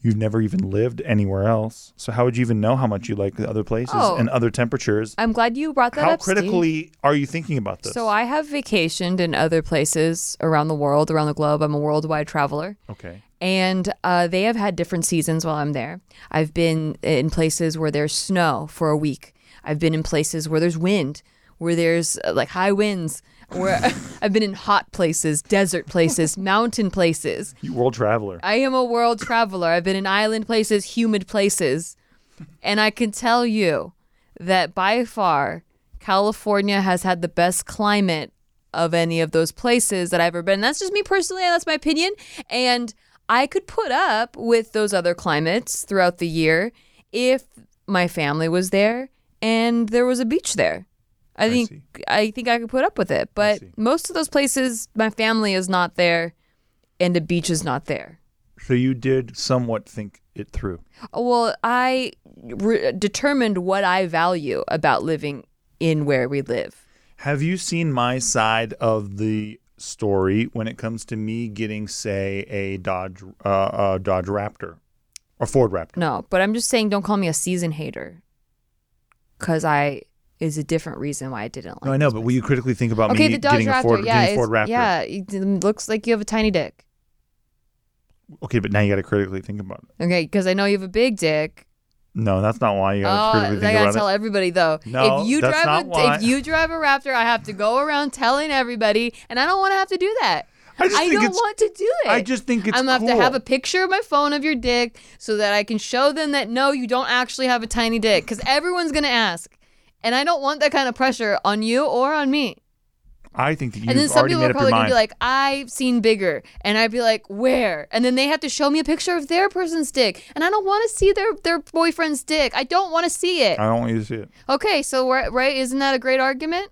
[SPEAKER 2] you've never even lived anywhere else. So how would you even know how much you like the other places
[SPEAKER 1] Oh.
[SPEAKER 2] and other temperatures?
[SPEAKER 1] I'm glad you brought that
[SPEAKER 2] How
[SPEAKER 1] up. Steve.
[SPEAKER 2] critically are you thinking about this?
[SPEAKER 1] So I have vacationed in other places around the world, around the globe. I'm a worldwide traveler.
[SPEAKER 2] okay,
[SPEAKER 1] and uh, they have had different seasons while I'm there. I've been in places where there's snow for a week. I've been in places where there's wind, where there's uh, like high winds. Where I've been in hot places, desert places, mountain places.
[SPEAKER 2] you world traveler.
[SPEAKER 1] I am a world traveler. I've been in island places, humid places, and I can tell you that by far California has had the best climate of any of those places that I've ever been. And that's just me personally, and that's my opinion. And I could put up with those other climates throughout the year if my family was there and there was a beach there. I think
[SPEAKER 2] see.
[SPEAKER 1] I, think I could put up with it. But
[SPEAKER 2] see.
[SPEAKER 1] most of those places my family is not there and the beach is not there.
[SPEAKER 2] so you did somewhat think it through.
[SPEAKER 1] Well, I re- determined what I value about living in where we live.
[SPEAKER 2] Have you seen my side of the story when it comes to me getting, say, a Dodge, uh, a Dodge Raptor, or Ford Raptor?
[SPEAKER 1] No, but I'm just saying, don't call me a season hater, because I is a different reason why I didn't like.
[SPEAKER 2] No, I know, but will you critically think about
[SPEAKER 1] okay,
[SPEAKER 2] me
[SPEAKER 1] the Dodge
[SPEAKER 2] getting
[SPEAKER 1] Raptor,
[SPEAKER 2] a Ford,
[SPEAKER 1] yeah,
[SPEAKER 2] getting a Ford
[SPEAKER 1] it's-
[SPEAKER 2] Raptor?
[SPEAKER 1] yeah, it it looks like you have a tiny dick.
[SPEAKER 2] Okay, but now you got to critically think about it.
[SPEAKER 1] Okay, because I know you have a big dick.
[SPEAKER 2] No, that's not why you got to
[SPEAKER 1] oh, I
[SPEAKER 2] critically think
[SPEAKER 1] gotta
[SPEAKER 2] about
[SPEAKER 1] tell
[SPEAKER 2] it.
[SPEAKER 1] everybody though.
[SPEAKER 2] No,
[SPEAKER 1] if you
[SPEAKER 2] that's
[SPEAKER 1] drive
[SPEAKER 2] not
[SPEAKER 1] a,
[SPEAKER 2] why.
[SPEAKER 1] if you drive a Raptor, I have to go around telling everybody, and I don't want to have to do that.
[SPEAKER 2] I just think
[SPEAKER 1] don't
[SPEAKER 2] it's-
[SPEAKER 1] want to do it.
[SPEAKER 2] I just think it's
[SPEAKER 1] I'm gonna have
[SPEAKER 2] cool.
[SPEAKER 1] to have a picture of my phone of your dick so that I can show them that no, you don't actually have a tiny dick, because everyone's gonna ask, and I don't want that kind of pressure on you or on me.
[SPEAKER 2] I think that you've
[SPEAKER 1] and then some
[SPEAKER 2] already
[SPEAKER 1] people are
[SPEAKER 2] made up your
[SPEAKER 1] probably gonna
[SPEAKER 2] mind.
[SPEAKER 1] be like, I've seen bigger, and I'd be like, where? And then they have to show me a picture of their person's dick, and I don't want to see their their boyfriend's dick. I don't want to see it.
[SPEAKER 2] I don't want you to see it.
[SPEAKER 1] Okay, so we're, right, isn't that a great argument?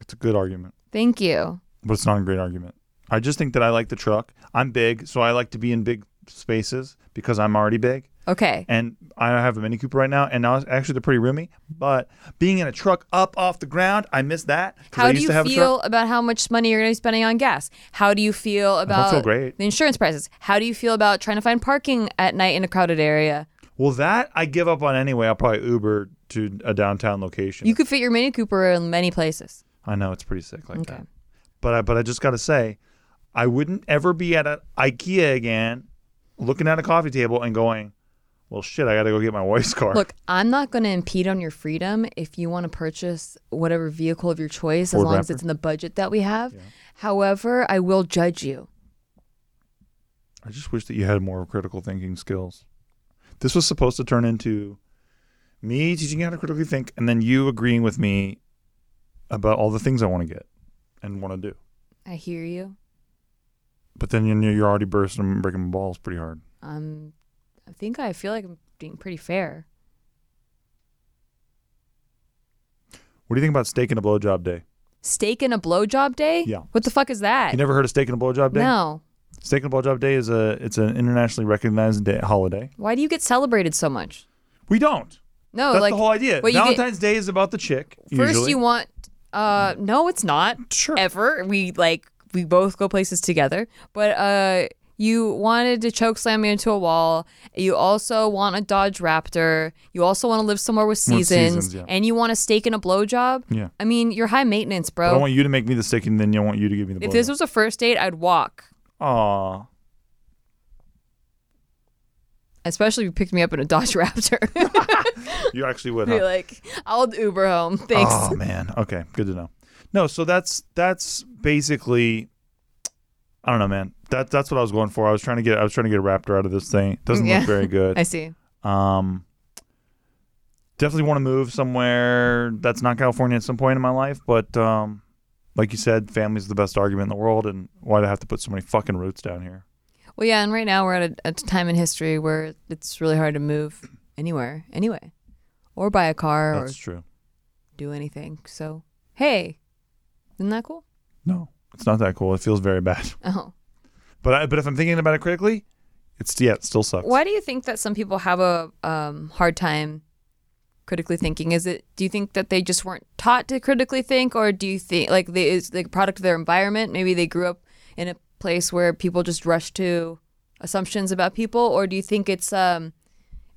[SPEAKER 2] It's a good argument.
[SPEAKER 1] Thank you.
[SPEAKER 2] but it's not a great argument. I just think that I like the truck. I'm big, so I like to be in big spaces because I'm already big.
[SPEAKER 1] Okay.
[SPEAKER 2] and I have a Mini Cooper right now, and now it's actually they're pretty roomy. But being in a truck up off the ground, I miss that. 'cause I
[SPEAKER 1] How do
[SPEAKER 2] used
[SPEAKER 1] you
[SPEAKER 2] to have A
[SPEAKER 1] feel
[SPEAKER 2] truck.
[SPEAKER 1] about how much money you're going to be spending on gas? How do you feel about
[SPEAKER 2] feel great.
[SPEAKER 1] the insurance prices? How do you feel about trying to find parking at night in a crowded area?
[SPEAKER 2] Well, that I give up on anyway. I'll probably Uber to a downtown location.
[SPEAKER 1] You could fit your Mini Cooper in many places.
[SPEAKER 2] I know it's pretty sick like
[SPEAKER 1] Okay.
[SPEAKER 2] that. But I but I just gotta say, I wouldn't ever be at an IKEA again, looking at a coffee table and going, "Well, shit, I gotta go get my wife's car."
[SPEAKER 1] Look, I'm not going to impede on your freedom if you want to purchase whatever vehicle of your choice, as
[SPEAKER 2] Ford
[SPEAKER 1] long as
[SPEAKER 2] Raptor?
[SPEAKER 1] it's in the budget that we have. However, I will judge you.
[SPEAKER 2] I just wish that you had more critical thinking skills. This was supposed to turn into me teaching you how to critically think, and then you agreeing with me about all the things I want to get and want to do.
[SPEAKER 1] I hear you.
[SPEAKER 2] But then you know you're already bursting and breaking my balls pretty hard.
[SPEAKER 1] Um, I think I feel like I'm being pretty fair.
[SPEAKER 2] What do you think about steak and a blowjob day?
[SPEAKER 1] Steak and a blowjob day?
[SPEAKER 2] Yeah.
[SPEAKER 1] What the fuck is that?
[SPEAKER 2] You never heard of steak and a blowjob day?
[SPEAKER 1] no.
[SPEAKER 2] Steak and Blowjob Day is a it's an internationally recognized day, holiday.
[SPEAKER 1] Why do you get celebrated so much?
[SPEAKER 2] We don't.
[SPEAKER 1] No,
[SPEAKER 2] That's
[SPEAKER 1] Oh, like
[SPEAKER 2] the whole idea.
[SPEAKER 1] well, you get-
[SPEAKER 2] Valentine's Day is about the chick.
[SPEAKER 1] First,
[SPEAKER 2] usually.
[SPEAKER 1] you want. Uh, no, it's not.
[SPEAKER 2] Sure.
[SPEAKER 1] Ever we like we both go places together, but uh, you wanted to choke slam me into a wall. You also want a Dodge Raptor. You also want to live somewhere with seasons,
[SPEAKER 2] seasons, yeah.
[SPEAKER 1] and you want a steak and a blowjob.
[SPEAKER 2] Yeah.
[SPEAKER 1] I mean, you're high maintenance,
[SPEAKER 2] But I
[SPEAKER 1] bro.
[SPEAKER 2] want you to make me the steak, and then I want you to give me the.
[SPEAKER 1] if this
[SPEAKER 2] blowjob.
[SPEAKER 1] was a first date, I'd walk.
[SPEAKER 2] Aw.
[SPEAKER 1] Especially if you picked me up in a Dodge Raptor.
[SPEAKER 2] you actually would.
[SPEAKER 1] Be
[SPEAKER 2] Huh?
[SPEAKER 1] like, I'll Uber home. Thanks.
[SPEAKER 2] Oh man. Okay. Good to know. No. So that's that's basically. I don't know, man. That that's what I was going for. I was trying to get I was trying to get a raptor out of this thing. Doesn't
[SPEAKER 1] Yeah.
[SPEAKER 2] look very good.
[SPEAKER 1] I see.
[SPEAKER 2] Um, definitely want to move somewhere that's not California at some point in my life, but um, like you said, family's the best argument in the world, and why do I have to put so many fucking roots down here?
[SPEAKER 1] Well, yeah, and right now we're at a, a time in history where it's really hard to move anywhere, anyway, or buy a car
[SPEAKER 2] That's
[SPEAKER 1] or
[SPEAKER 2] true.
[SPEAKER 1] do anything. So, hey, isn't that cool?
[SPEAKER 2] No, it's not that cool. It feels very bad.
[SPEAKER 1] Oh,
[SPEAKER 2] But I, but if I'm thinking about it critically, it's yeah, it still sucks.
[SPEAKER 1] why do you think that some people have a um, hard time critically thinking? Is it? Do you think that they just weren't taught to critically think, or do you think like they is like a product of their environment? Maybe they grew up in a place where people just rush to assumptions about people, or do you think it's um,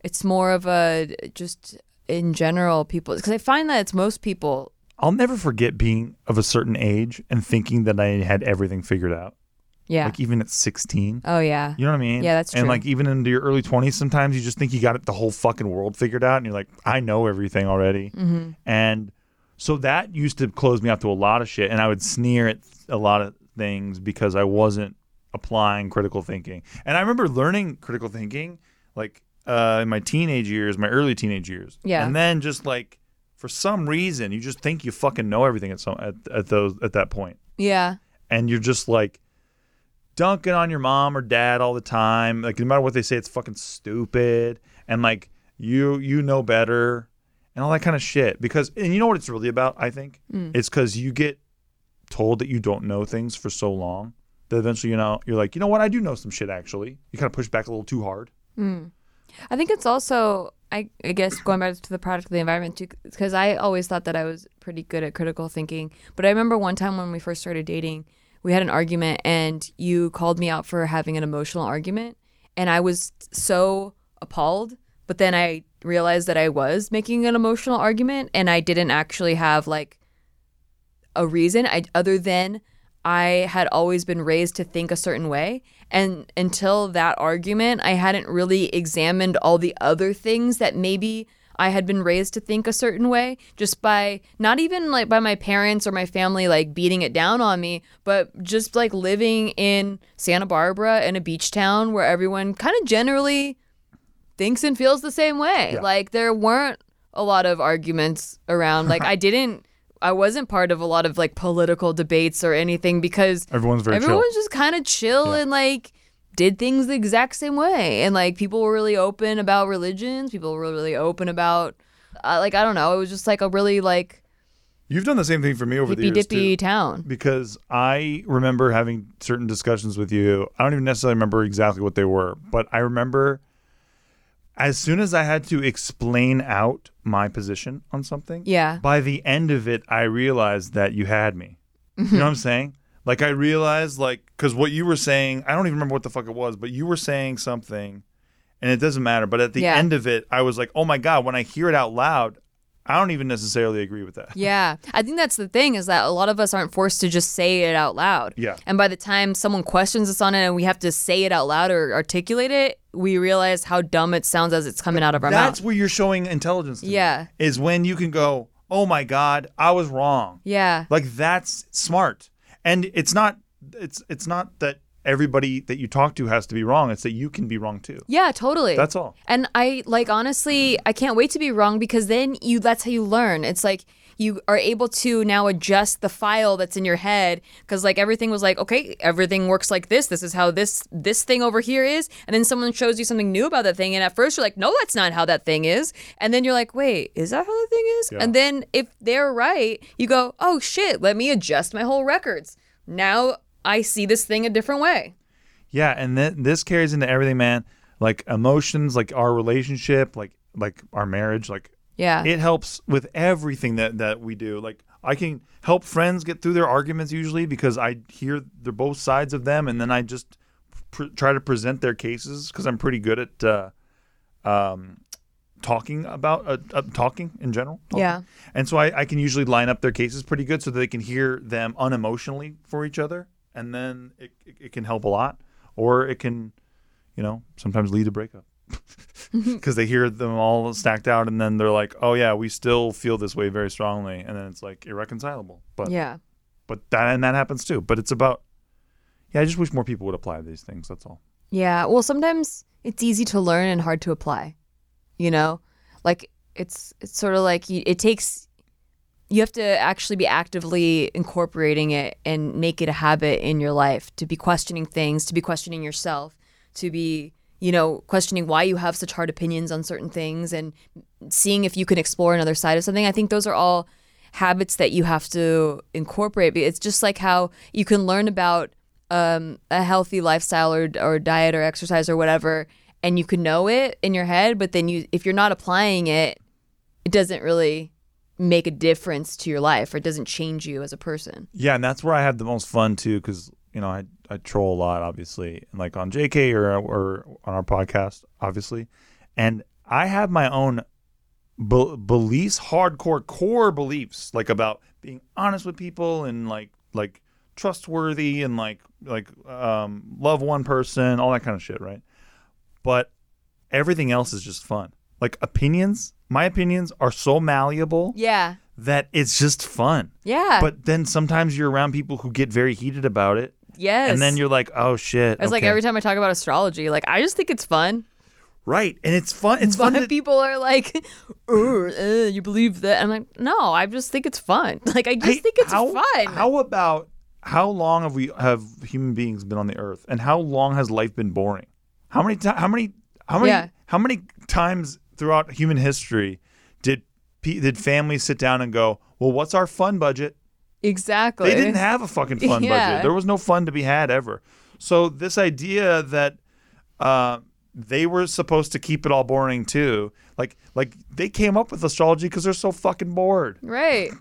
[SPEAKER 1] it's more of a just in general people because I find that it's most people.
[SPEAKER 2] I'll never forget being of a certain age and thinking that I had everything figured out.
[SPEAKER 1] Yeah.
[SPEAKER 2] Like even at 16.
[SPEAKER 1] oh yeah.
[SPEAKER 2] You know what I mean?
[SPEAKER 1] Yeah, that's
[SPEAKER 2] And
[SPEAKER 1] true.
[SPEAKER 2] like even into your early 20s, sometimes you just think you got it, the whole fucking world figured out, and you're like, I know everything already.
[SPEAKER 1] Mm-hmm.
[SPEAKER 2] And so that used to close me off to a lot of shit, and I would sneer at a lot of things because I wasn't applying critical thinking. And I remember learning critical thinking like uh, in my teenage years, my early teenage years.
[SPEAKER 1] Yeah.
[SPEAKER 2] And then just like for some reason, you just think you fucking know everything at some at, at those at that point
[SPEAKER 1] Yeah.
[SPEAKER 2] and you're just like dunking on your mom or dad all the time. Like no matter what they say, it's fucking stupid. And like you you know better and all that kind of shit. Because and you know what it's really about, I think?
[SPEAKER 1] Mm.
[SPEAKER 2] It's cause you get told that you don't know things for so long that eventually you know you're like, you know what, I do know some shit actually. You kind of push back a little too hard.
[SPEAKER 1] I think it's also, I, I guess, going back to the product of the environment too, because I always thought that I was pretty good at critical thinking. But I remember one time when we first started dating, we had an argument, and you called me out for having an emotional argument, and I was so appalled. But then I realized that I was making an emotional argument, and I didn't actually have like a reason I, other than I had always been raised to think a certain way. And until that argument, I hadn't really examined all the other things that maybe I had been raised to think a certain way just by not even like by my parents or my family like beating it down on me, but just like living in Santa Barbara in a beach town where everyone kind of generally thinks and feels the same way. Like there weren't a lot of arguments around. Like I didn't I wasn't part of a lot of like political debates or anything because
[SPEAKER 2] Everyone's very chill.
[SPEAKER 1] everyone was just kind of chill and like did things the exact same way and like people were really open about religions, people were really open about uh, like I don't know, it was just like a really like
[SPEAKER 2] You've done the same thing for me over the
[SPEAKER 1] hippy
[SPEAKER 2] years. too.
[SPEAKER 1] dippy town.
[SPEAKER 2] because I remember having certain discussions with you. I don't even necessarily remember exactly what they were, but I remember as soon as I had to explain out my position on something,
[SPEAKER 1] Yeah.
[SPEAKER 2] by the end of it, I realized that you had me.
[SPEAKER 1] Mm-hmm.
[SPEAKER 2] You know what I'm saying? Like I realized, like, because what you were saying, I don't even remember what the fuck it was, but you were saying something, and it doesn't matter. But at the
[SPEAKER 1] Yeah.
[SPEAKER 2] end of it, I was like, oh my god, when I hear it out loud, I don't even necessarily agree with that.
[SPEAKER 1] Yeah. I think that's the thing is that a lot of us aren't forced to just say it out loud.
[SPEAKER 2] Yeah.
[SPEAKER 1] And by the time someone questions us on it and we have to say it out loud or articulate it, we realize how dumb it sounds as it's coming out of our
[SPEAKER 2] That's
[SPEAKER 1] mouth.
[SPEAKER 2] where you're showing intelligence. To me,
[SPEAKER 1] Yeah.
[SPEAKER 2] is when you can go, oh my god, I was wrong.
[SPEAKER 1] Yeah.
[SPEAKER 2] Like that's smart. And it's not it's it's not that everybody that you talk to has to be wrong. It's that you can be wrong too.
[SPEAKER 1] Yeah, totally.
[SPEAKER 2] That's all.
[SPEAKER 1] And I like honestly, I can't wait to be wrong because then you that's how you learn. It's like you are able to now adjust the file that's in your head because like everything was like okay everything works like this this is how this this thing over here is and then someone shows you something new about that thing and at first you're like no that's not how that thing is and then you're like wait is that how the thing is and then if they're right you go oh shit let me adjust my whole records now i see this thing a different way
[SPEAKER 2] Yeah, and then this carries into everything, man. Like emotions, like our relationship, like like our marriage, like
[SPEAKER 1] yeah
[SPEAKER 2] it helps with everything that that we do. Like I can help friends get through their arguments usually because I hear the both sides of them, and then I just pr- try to present their cases because I'm pretty good at uh, um, talking about uh, uh, talking in general. talking.
[SPEAKER 1] Yeah.
[SPEAKER 2] and so I, I can usually line up their cases pretty good so that they can hear them unemotionally for each other, and then it, it, it can help a lot, or it can, you know, sometimes lead to breakup because they hear them all stacked out and then they're like oh yeah we still feel this way very strongly and then it's like irreconcilable but
[SPEAKER 1] yeah
[SPEAKER 2] but that and that happens too but it's about yeah i just wish more people would apply these things that's all
[SPEAKER 1] Yeah. Well, sometimes it's easy to learn and hard to apply. You know, like it's it's sort of like you, it takes you have to actually be actively incorporating it and make it a habit in your life to be questioning things, to be questioning yourself, to be you know questioning why you have such hard opinions on certain things and seeing if you can explore another side of something. I think those are all habits that you have to incorporate. It's just like how you can learn about um, a healthy lifestyle or, or diet or exercise or whatever, and you can know it in your head, but then you, if you're not applying it, it doesn't really make a difference to your life or it doesn't change you as a person.
[SPEAKER 2] yeah and that's where i have the most fun too because you know I, I troll a lot obviously and like on jk or or on our podcast obviously and i have my own be- beliefs hardcore core beliefs like about being honest with people and like like trustworthy and like like um love one person all that kind of shit right but everything else is just fun like opinions my opinions are so malleable
[SPEAKER 1] Yeah.
[SPEAKER 2] that it's just fun
[SPEAKER 1] Yeah.
[SPEAKER 2] but then sometimes you're around people who get very heated about it
[SPEAKER 1] yes.
[SPEAKER 2] and then you're like oh shit
[SPEAKER 1] It's like
[SPEAKER 2] okay.
[SPEAKER 1] every time I talk about astrology, like I just think it's fun.
[SPEAKER 2] right and it's fun it's fun
[SPEAKER 1] But
[SPEAKER 2] to-
[SPEAKER 1] people are like, "Ugh, uh, you believe that? I'm like, no, I just think it's fun. Like I just
[SPEAKER 2] Hey,
[SPEAKER 1] think it's
[SPEAKER 2] how-
[SPEAKER 1] fun.
[SPEAKER 2] How about how long have we have human beings been on the earth, and how long has life been boring? How many times? How many? How many?
[SPEAKER 1] Yeah.
[SPEAKER 2] How many times throughout human history did pe- did families sit down and go, "Well, what's our fun budget?"
[SPEAKER 1] exactly.
[SPEAKER 2] They didn't have a fucking fun
[SPEAKER 1] Yeah.
[SPEAKER 2] budget. There was no fun to be had ever. So this idea that uh, they were supposed to keep it all boring too, like like they came up with astrology because they're so fucking bored.
[SPEAKER 1] Right.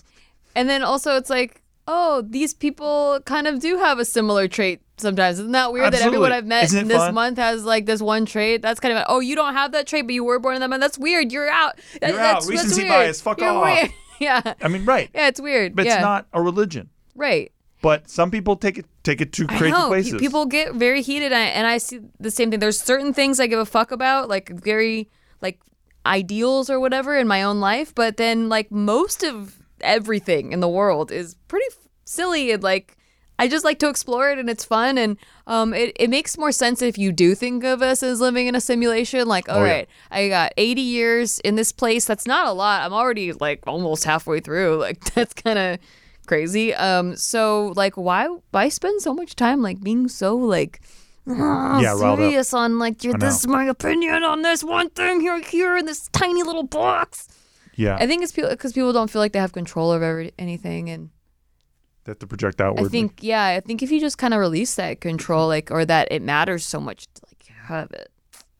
[SPEAKER 1] And then also it's like, oh, these people kind of do have a similar trait sometimes. Isn't that weird that everyone
[SPEAKER 2] Absolutely.
[SPEAKER 1] I've met
[SPEAKER 2] Isn't it
[SPEAKER 1] this
[SPEAKER 2] fun?
[SPEAKER 1] month has like this one trait? That's kind of oh, you don't have that trait, but you were born in that month. That's weird. You're out. That-
[SPEAKER 2] You're
[SPEAKER 1] that's,
[SPEAKER 2] out.
[SPEAKER 1] that's
[SPEAKER 2] Recency
[SPEAKER 1] weird.
[SPEAKER 2] bias. Fuck
[SPEAKER 1] You're
[SPEAKER 2] off.
[SPEAKER 1] Weird. yeah.
[SPEAKER 2] I mean, right?
[SPEAKER 1] Yeah, it's weird.
[SPEAKER 2] but
[SPEAKER 1] yeah.
[SPEAKER 2] it's not a religion.
[SPEAKER 1] right.
[SPEAKER 2] But some people take it take it to
[SPEAKER 1] I
[SPEAKER 2] crazy
[SPEAKER 1] know. Pe-
[SPEAKER 2] places.
[SPEAKER 1] People get very heated, and I, and I see the same thing. There's certain things I give a fuck about, like very like ideals or whatever in my own life, but then like most of everything in the world is pretty f- silly and like I just like to explore it and it's fun and um it, it makes more sense if you do think of us as living in a simulation like all
[SPEAKER 2] Oh, yeah.
[SPEAKER 1] right I got 80 years in this place that's not a lot I'm already like almost halfway through like that's kind of crazy um so like why why spend so much time like being so like
[SPEAKER 2] yeah, riled up.
[SPEAKER 1] serious on like your, this is my opinion on this one thing here here in this tiny little box.
[SPEAKER 2] Yeah,
[SPEAKER 1] I think it's because people don't feel like they have control over every, anything, and
[SPEAKER 2] they have to project outward.
[SPEAKER 1] I think yeah, I think if you just kind of release that control, like or that it matters so much to like have it, wrapped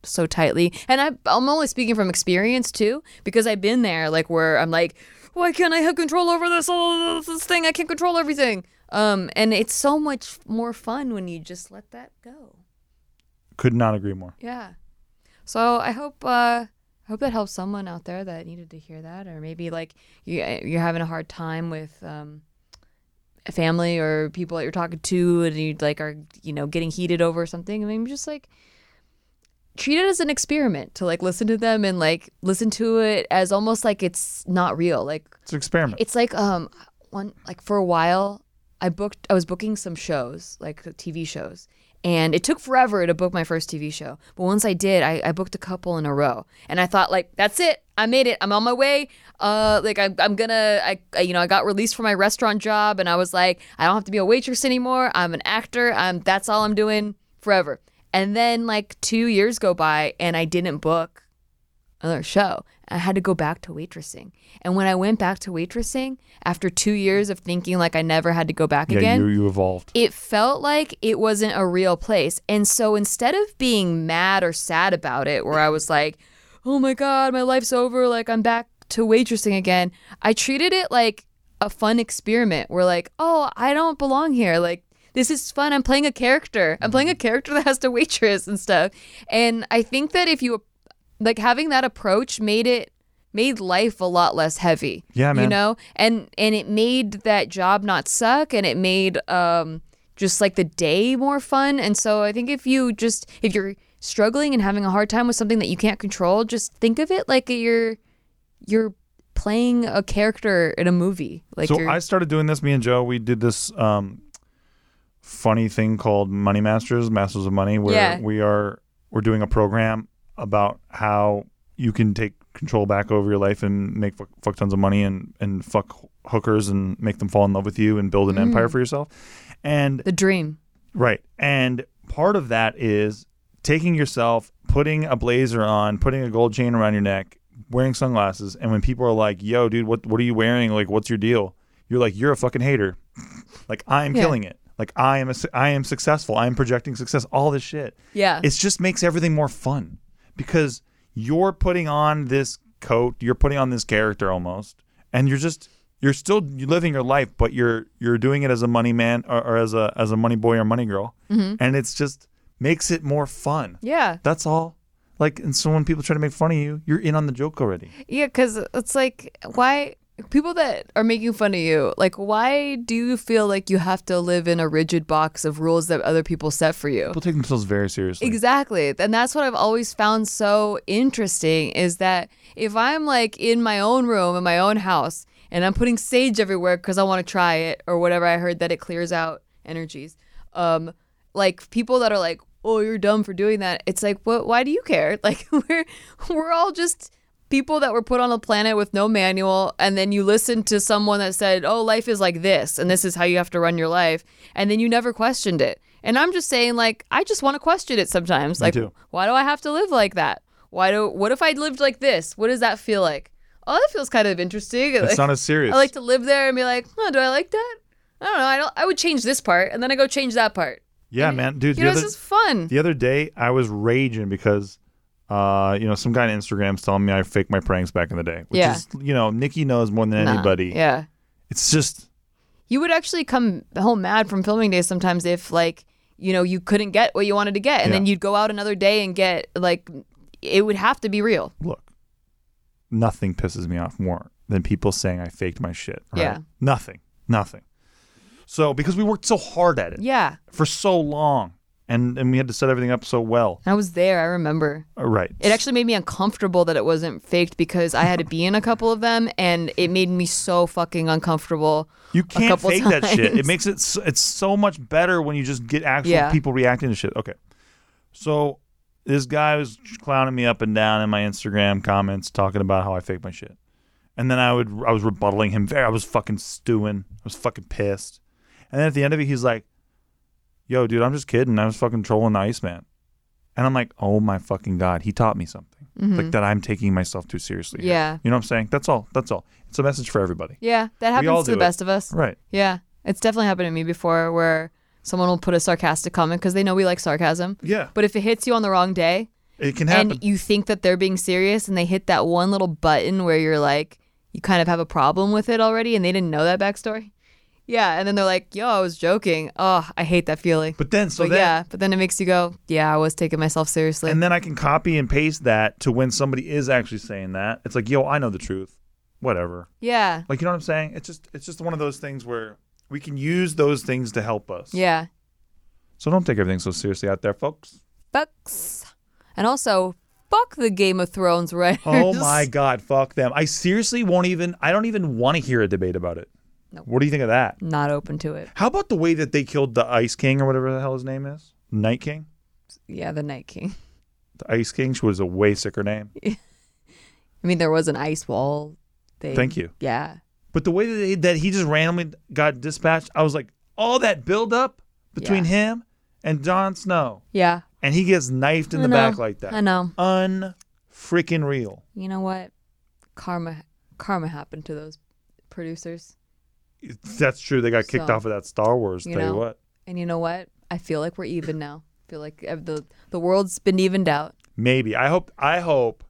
[SPEAKER 1] so tightly. And I, I'm only speaking from experience too, because I've been there, like where I'm like, why can't I have control over this oh, this thing? I can't control everything. Um, and it's so much more fun when you just let that go.
[SPEAKER 2] Could not agree more.
[SPEAKER 1] Yeah. So I hope uh, I hope that helps someone out there that needed to hear that, or maybe like you you're having a hard time with um, a family or people that you're talking to, and you like are you know getting heated over something. I mean, just like treat it as an experiment to like listen to them and like listen to it as almost like it's not real. Like
[SPEAKER 2] It's an experiment.
[SPEAKER 1] it's like um one like for a while I booked I was booking some shows, like TV shows. And it took forever to book my first TV show. But once I did, I, I booked a couple in a row. And I thought like, that's it. I made it. I'm on my way. Uh like I I'm gonna I, I you know, I got released from my restaurant job and I was like, I don't have to be a waitress anymore. I'm an actor. I'm that's all I'm doing forever. And then like two years go by and I didn't book another show. I had to go back to waitressing. And when I went back to waitressing, after two years of thinking like I never had to go back
[SPEAKER 2] yeah,
[SPEAKER 1] again,
[SPEAKER 2] you you evolved.
[SPEAKER 1] it felt like it wasn't a real place. And so instead of being mad or sad about it, where I was like, oh my God, my life's over, like I'm back to waitressing again, I treated it like a fun experiment where, like, oh, I don't belong here. Like, this is fun. I'm playing a character. I'm playing a
[SPEAKER 2] Mm-hmm.
[SPEAKER 1] character that has to waitress and stuff. And I think that if you, like, having that approach made it, made life a lot less heavy.
[SPEAKER 2] Yeah,
[SPEAKER 1] You
[SPEAKER 2] man.
[SPEAKER 1] know? know? and and it made that job not suck and it made um just like the day more fun and so i think if you just if you're struggling and having a hard time with something that you can't control just think of it like you're you're playing a character in a movie like
[SPEAKER 2] so
[SPEAKER 1] you're,
[SPEAKER 2] I started doing this. Me and Joe, we did this um, funny thing called Money Masters, Masters of Money, where
[SPEAKER 1] Yeah.
[SPEAKER 2] we are we're doing a program about how you can take control back over your life and make fuck, fuck tons of money and and fuck hookers and make them fall in love with you and build an
[SPEAKER 1] Mm.
[SPEAKER 2] empire for yourself. And
[SPEAKER 1] the dream
[SPEAKER 2] Right. And part of that is taking yourself, putting a blazer on, putting a gold chain around your neck, wearing sunglasses, and when people are like, "Yo, dude, what what are you wearing? Like, what's your deal?" You're like, "You're a fucking hater." Like, I am
[SPEAKER 1] Yeah.
[SPEAKER 2] killing it. Like, I am a su- I am successful. I am projecting success. All this shit.
[SPEAKER 1] yeah
[SPEAKER 2] It just makes everything more fun because you're putting on this coat, you're putting on this character almost, and you're just you're still living your life, but you're you're doing it as a money man or, or as a as a money boy or money girl,
[SPEAKER 1] Mm-hmm.
[SPEAKER 2] and it's just makes it more fun.
[SPEAKER 1] yeah
[SPEAKER 2] That's all. Like, and so when people try to make fun of you, you're in on the joke already.
[SPEAKER 1] Yeah, because it's like, why people that are making fun of you, like, why do you feel like you have to live in a rigid box of rules that other people set for you?
[SPEAKER 2] People take themselves very seriously.
[SPEAKER 1] Exactly. And that's what I've always found so interesting is that if I'm like in my own room, in my own house, and I'm putting sage everywhere because I want to try it or whatever, I heard that it clears out energies. Um, like people that are like, oh, you're dumb for doing that. It's like, what? Why do you care? Like, we're we're all just people that were put on a planet with no manual and then you listen to someone that said oh life is like this and this is how you have to run your life and then you never questioned it and i'm just saying like i just want to question it sometimes like
[SPEAKER 2] too.
[SPEAKER 1] why do i have to live like that why do what if i lived like this what does that feel like oh that feels kind of interesting
[SPEAKER 2] It's
[SPEAKER 1] Like,
[SPEAKER 2] not as serious.
[SPEAKER 1] i like to live there and be like oh do i like that i don't know i don't i would change this part and then i go change that part
[SPEAKER 2] yeah, man, dude.
[SPEAKER 1] you
[SPEAKER 2] the
[SPEAKER 1] know
[SPEAKER 2] other-
[SPEAKER 1] this is fun
[SPEAKER 2] The other day, I was raging because, uh, you know, some guy on Instagram's telling me I faked my pranks back in the day, which
[SPEAKER 1] Yeah.
[SPEAKER 2] is, you know, Nikki knows more than
[SPEAKER 1] Nah,
[SPEAKER 2] anybody.
[SPEAKER 1] yeah
[SPEAKER 2] It's just,
[SPEAKER 1] you would actually come home mad from filming days sometimes if like you know you couldn't get what you wanted to get and then
[SPEAKER 2] Yeah.
[SPEAKER 1] you'd go out another day and get like it would have to be real
[SPEAKER 2] look, nothing pisses me off more than people saying I faked my shit. Right?
[SPEAKER 1] Yeah.
[SPEAKER 2] Nothing. Nothing. So, because we worked so hard at it
[SPEAKER 1] yeah
[SPEAKER 2] for so long and, and we had to set everything up so well.
[SPEAKER 1] i was there i remember
[SPEAKER 2] Uh, Right.
[SPEAKER 1] it actually made me uncomfortable that it wasn't faked because i had to be in a couple of them and it made me so fucking uncomfortable
[SPEAKER 2] You can't
[SPEAKER 1] couple
[SPEAKER 2] fake that shit. It
[SPEAKER 1] times.
[SPEAKER 2] makes it so, it's so much better when you just get actual
[SPEAKER 1] Yeah.
[SPEAKER 2] people reacting to shit. Okay, so this guy was clowning me up and down in my Instagram comments, talking about how I fake my shit, and then I would I was rebuttaling him. Very, I was fucking stewing. I was fucking pissed, and then at the end of it, he's like, "Yo, dude, I'm just kidding. I was fucking trolling the Iceman," and I'm like, "Oh my fucking god, he taught me something." Like that, I'm taking myself too seriously. here.
[SPEAKER 1] Mm-hmm. Yeah.
[SPEAKER 2] you know what I'm saying. That's all. That's all. It's a message for everybody.
[SPEAKER 1] yeah that
[SPEAKER 2] all
[SPEAKER 1] happens to
[SPEAKER 2] do
[SPEAKER 1] the
[SPEAKER 2] it.
[SPEAKER 1] best of us
[SPEAKER 2] Right.
[SPEAKER 1] yeah it's definitely happened to me before where someone will put a sarcastic comment because they know we like sarcasm
[SPEAKER 2] Yeah.
[SPEAKER 1] But if it hits you on the wrong day
[SPEAKER 2] It can happen.
[SPEAKER 1] and you think that they're being serious and they hit that one little button where you're like you kind of have a problem with it already and they didn't know that backstory yeah and then they're like yo i was joking oh i hate that feeling
[SPEAKER 2] but then, so
[SPEAKER 1] But
[SPEAKER 2] then,
[SPEAKER 1] yeah but then it makes you go yeah i was taking myself seriously
[SPEAKER 2] and then I can copy and paste that to when somebody is actually saying that. It's like, yo, I know the truth. Whatever.
[SPEAKER 1] yeah
[SPEAKER 2] Like, you know what I'm saying? It's just, it's just one of those things where we can use those things to help us.
[SPEAKER 1] yeah
[SPEAKER 2] So don't take everything so seriously out there, folks.
[SPEAKER 1] bucks and also fuck the game of thrones writers
[SPEAKER 2] Oh my God, fuck them. I seriously won't even, I don't even want to hear a debate about it.
[SPEAKER 1] No.
[SPEAKER 2] What do you think of that?
[SPEAKER 1] not open to it
[SPEAKER 2] How about the way that they killed the Ice King or whatever the hell his name is? Night King?
[SPEAKER 1] yeah the night king
[SPEAKER 2] The Ice King which was a way sicker name.
[SPEAKER 1] i mean there was an ice wall thing
[SPEAKER 2] Thank you.
[SPEAKER 1] yeah
[SPEAKER 2] But the way that, they, that he just randomly got dispatched, I was like, all that buildup between
[SPEAKER 1] Yeah.
[SPEAKER 2] him and Jon Snow,
[SPEAKER 1] yeah
[SPEAKER 2] and he gets knifed in
[SPEAKER 1] I
[SPEAKER 2] the
[SPEAKER 1] know.
[SPEAKER 2] back like that.
[SPEAKER 1] i know
[SPEAKER 2] Unfreaking real.
[SPEAKER 1] you know what karma karma happened to those producers
[SPEAKER 2] That's true. They got kicked
[SPEAKER 1] So,
[SPEAKER 2] off of that Star Wars.
[SPEAKER 1] you
[SPEAKER 2] Tell you
[SPEAKER 1] know.
[SPEAKER 2] what.
[SPEAKER 1] and you know what i feel like we're even now I feel like ev- the the world's been evened out
[SPEAKER 2] Maybe I hope. I hope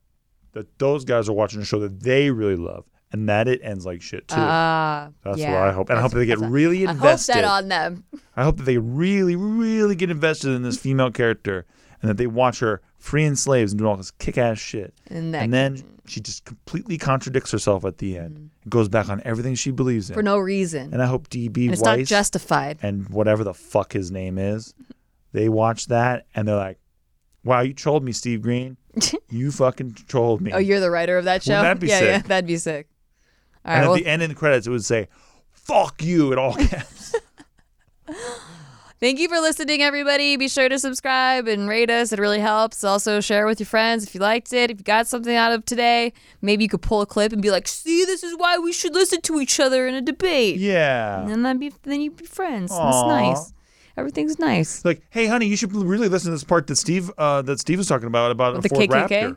[SPEAKER 2] that those guys are watching a show that they really love, and that it ends like shit too.
[SPEAKER 1] ah
[SPEAKER 2] That's
[SPEAKER 1] yeah.
[SPEAKER 2] what I hope. And I hope
[SPEAKER 1] That's-
[SPEAKER 2] they get
[SPEAKER 1] that's-
[SPEAKER 2] really
[SPEAKER 1] I
[SPEAKER 2] invested.
[SPEAKER 1] hope that on them
[SPEAKER 2] I hope that they really, really get invested in this female character and that they watch her freeing slaves and doing all this kick ass shit.
[SPEAKER 1] And that-
[SPEAKER 2] then she just completely contradicts herself at the end. It goes back on everything she believes in.
[SPEAKER 1] Mm-hmm. for no reason
[SPEAKER 2] and I hope DB
[SPEAKER 1] and it's not
[SPEAKER 2] Weiss
[SPEAKER 1] justified
[SPEAKER 2] and whatever the fuck his name is, they watch that and they're like, wow, you trolled me, Steve Green. you fucking trolled me.
[SPEAKER 1] oh you're the writer of that show
[SPEAKER 2] Wouldn't that be
[SPEAKER 1] yeah yeah
[SPEAKER 2] sick?
[SPEAKER 1] that'd be sick all
[SPEAKER 2] and
[SPEAKER 1] right
[SPEAKER 2] at
[SPEAKER 1] well
[SPEAKER 2] the end in the credits, it would say, fuck you in all caps.
[SPEAKER 1] Thank you for listening, everybody. Be sure to subscribe and rate us. It really helps. Also, share with your friends if you liked it. If you got something out of today, maybe you could pull a clip and be like, see, this is why we should listen to each other in a debate.
[SPEAKER 2] yeah.
[SPEAKER 1] And then, that'd be, then you'd be friends.
[SPEAKER 2] Aw.
[SPEAKER 1] That's nice. Everything's nice.
[SPEAKER 2] It's like, hey, honey, you should really listen to this part that Steve uh, that Steve was talking about about
[SPEAKER 1] the
[SPEAKER 2] Ford
[SPEAKER 1] KKK?
[SPEAKER 2] Raptor.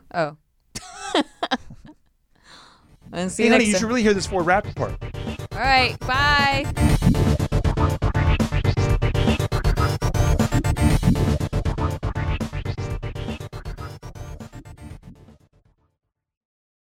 [SPEAKER 1] Oh. and see
[SPEAKER 2] Hey,
[SPEAKER 1] you
[SPEAKER 2] honey,
[SPEAKER 1] next
[SPEAKER 2] you
[SPEAKER 1] time.
[SPEAKER 2] should really hear this Ford Raptor part.
[SPEAKER 1] All right. Bye.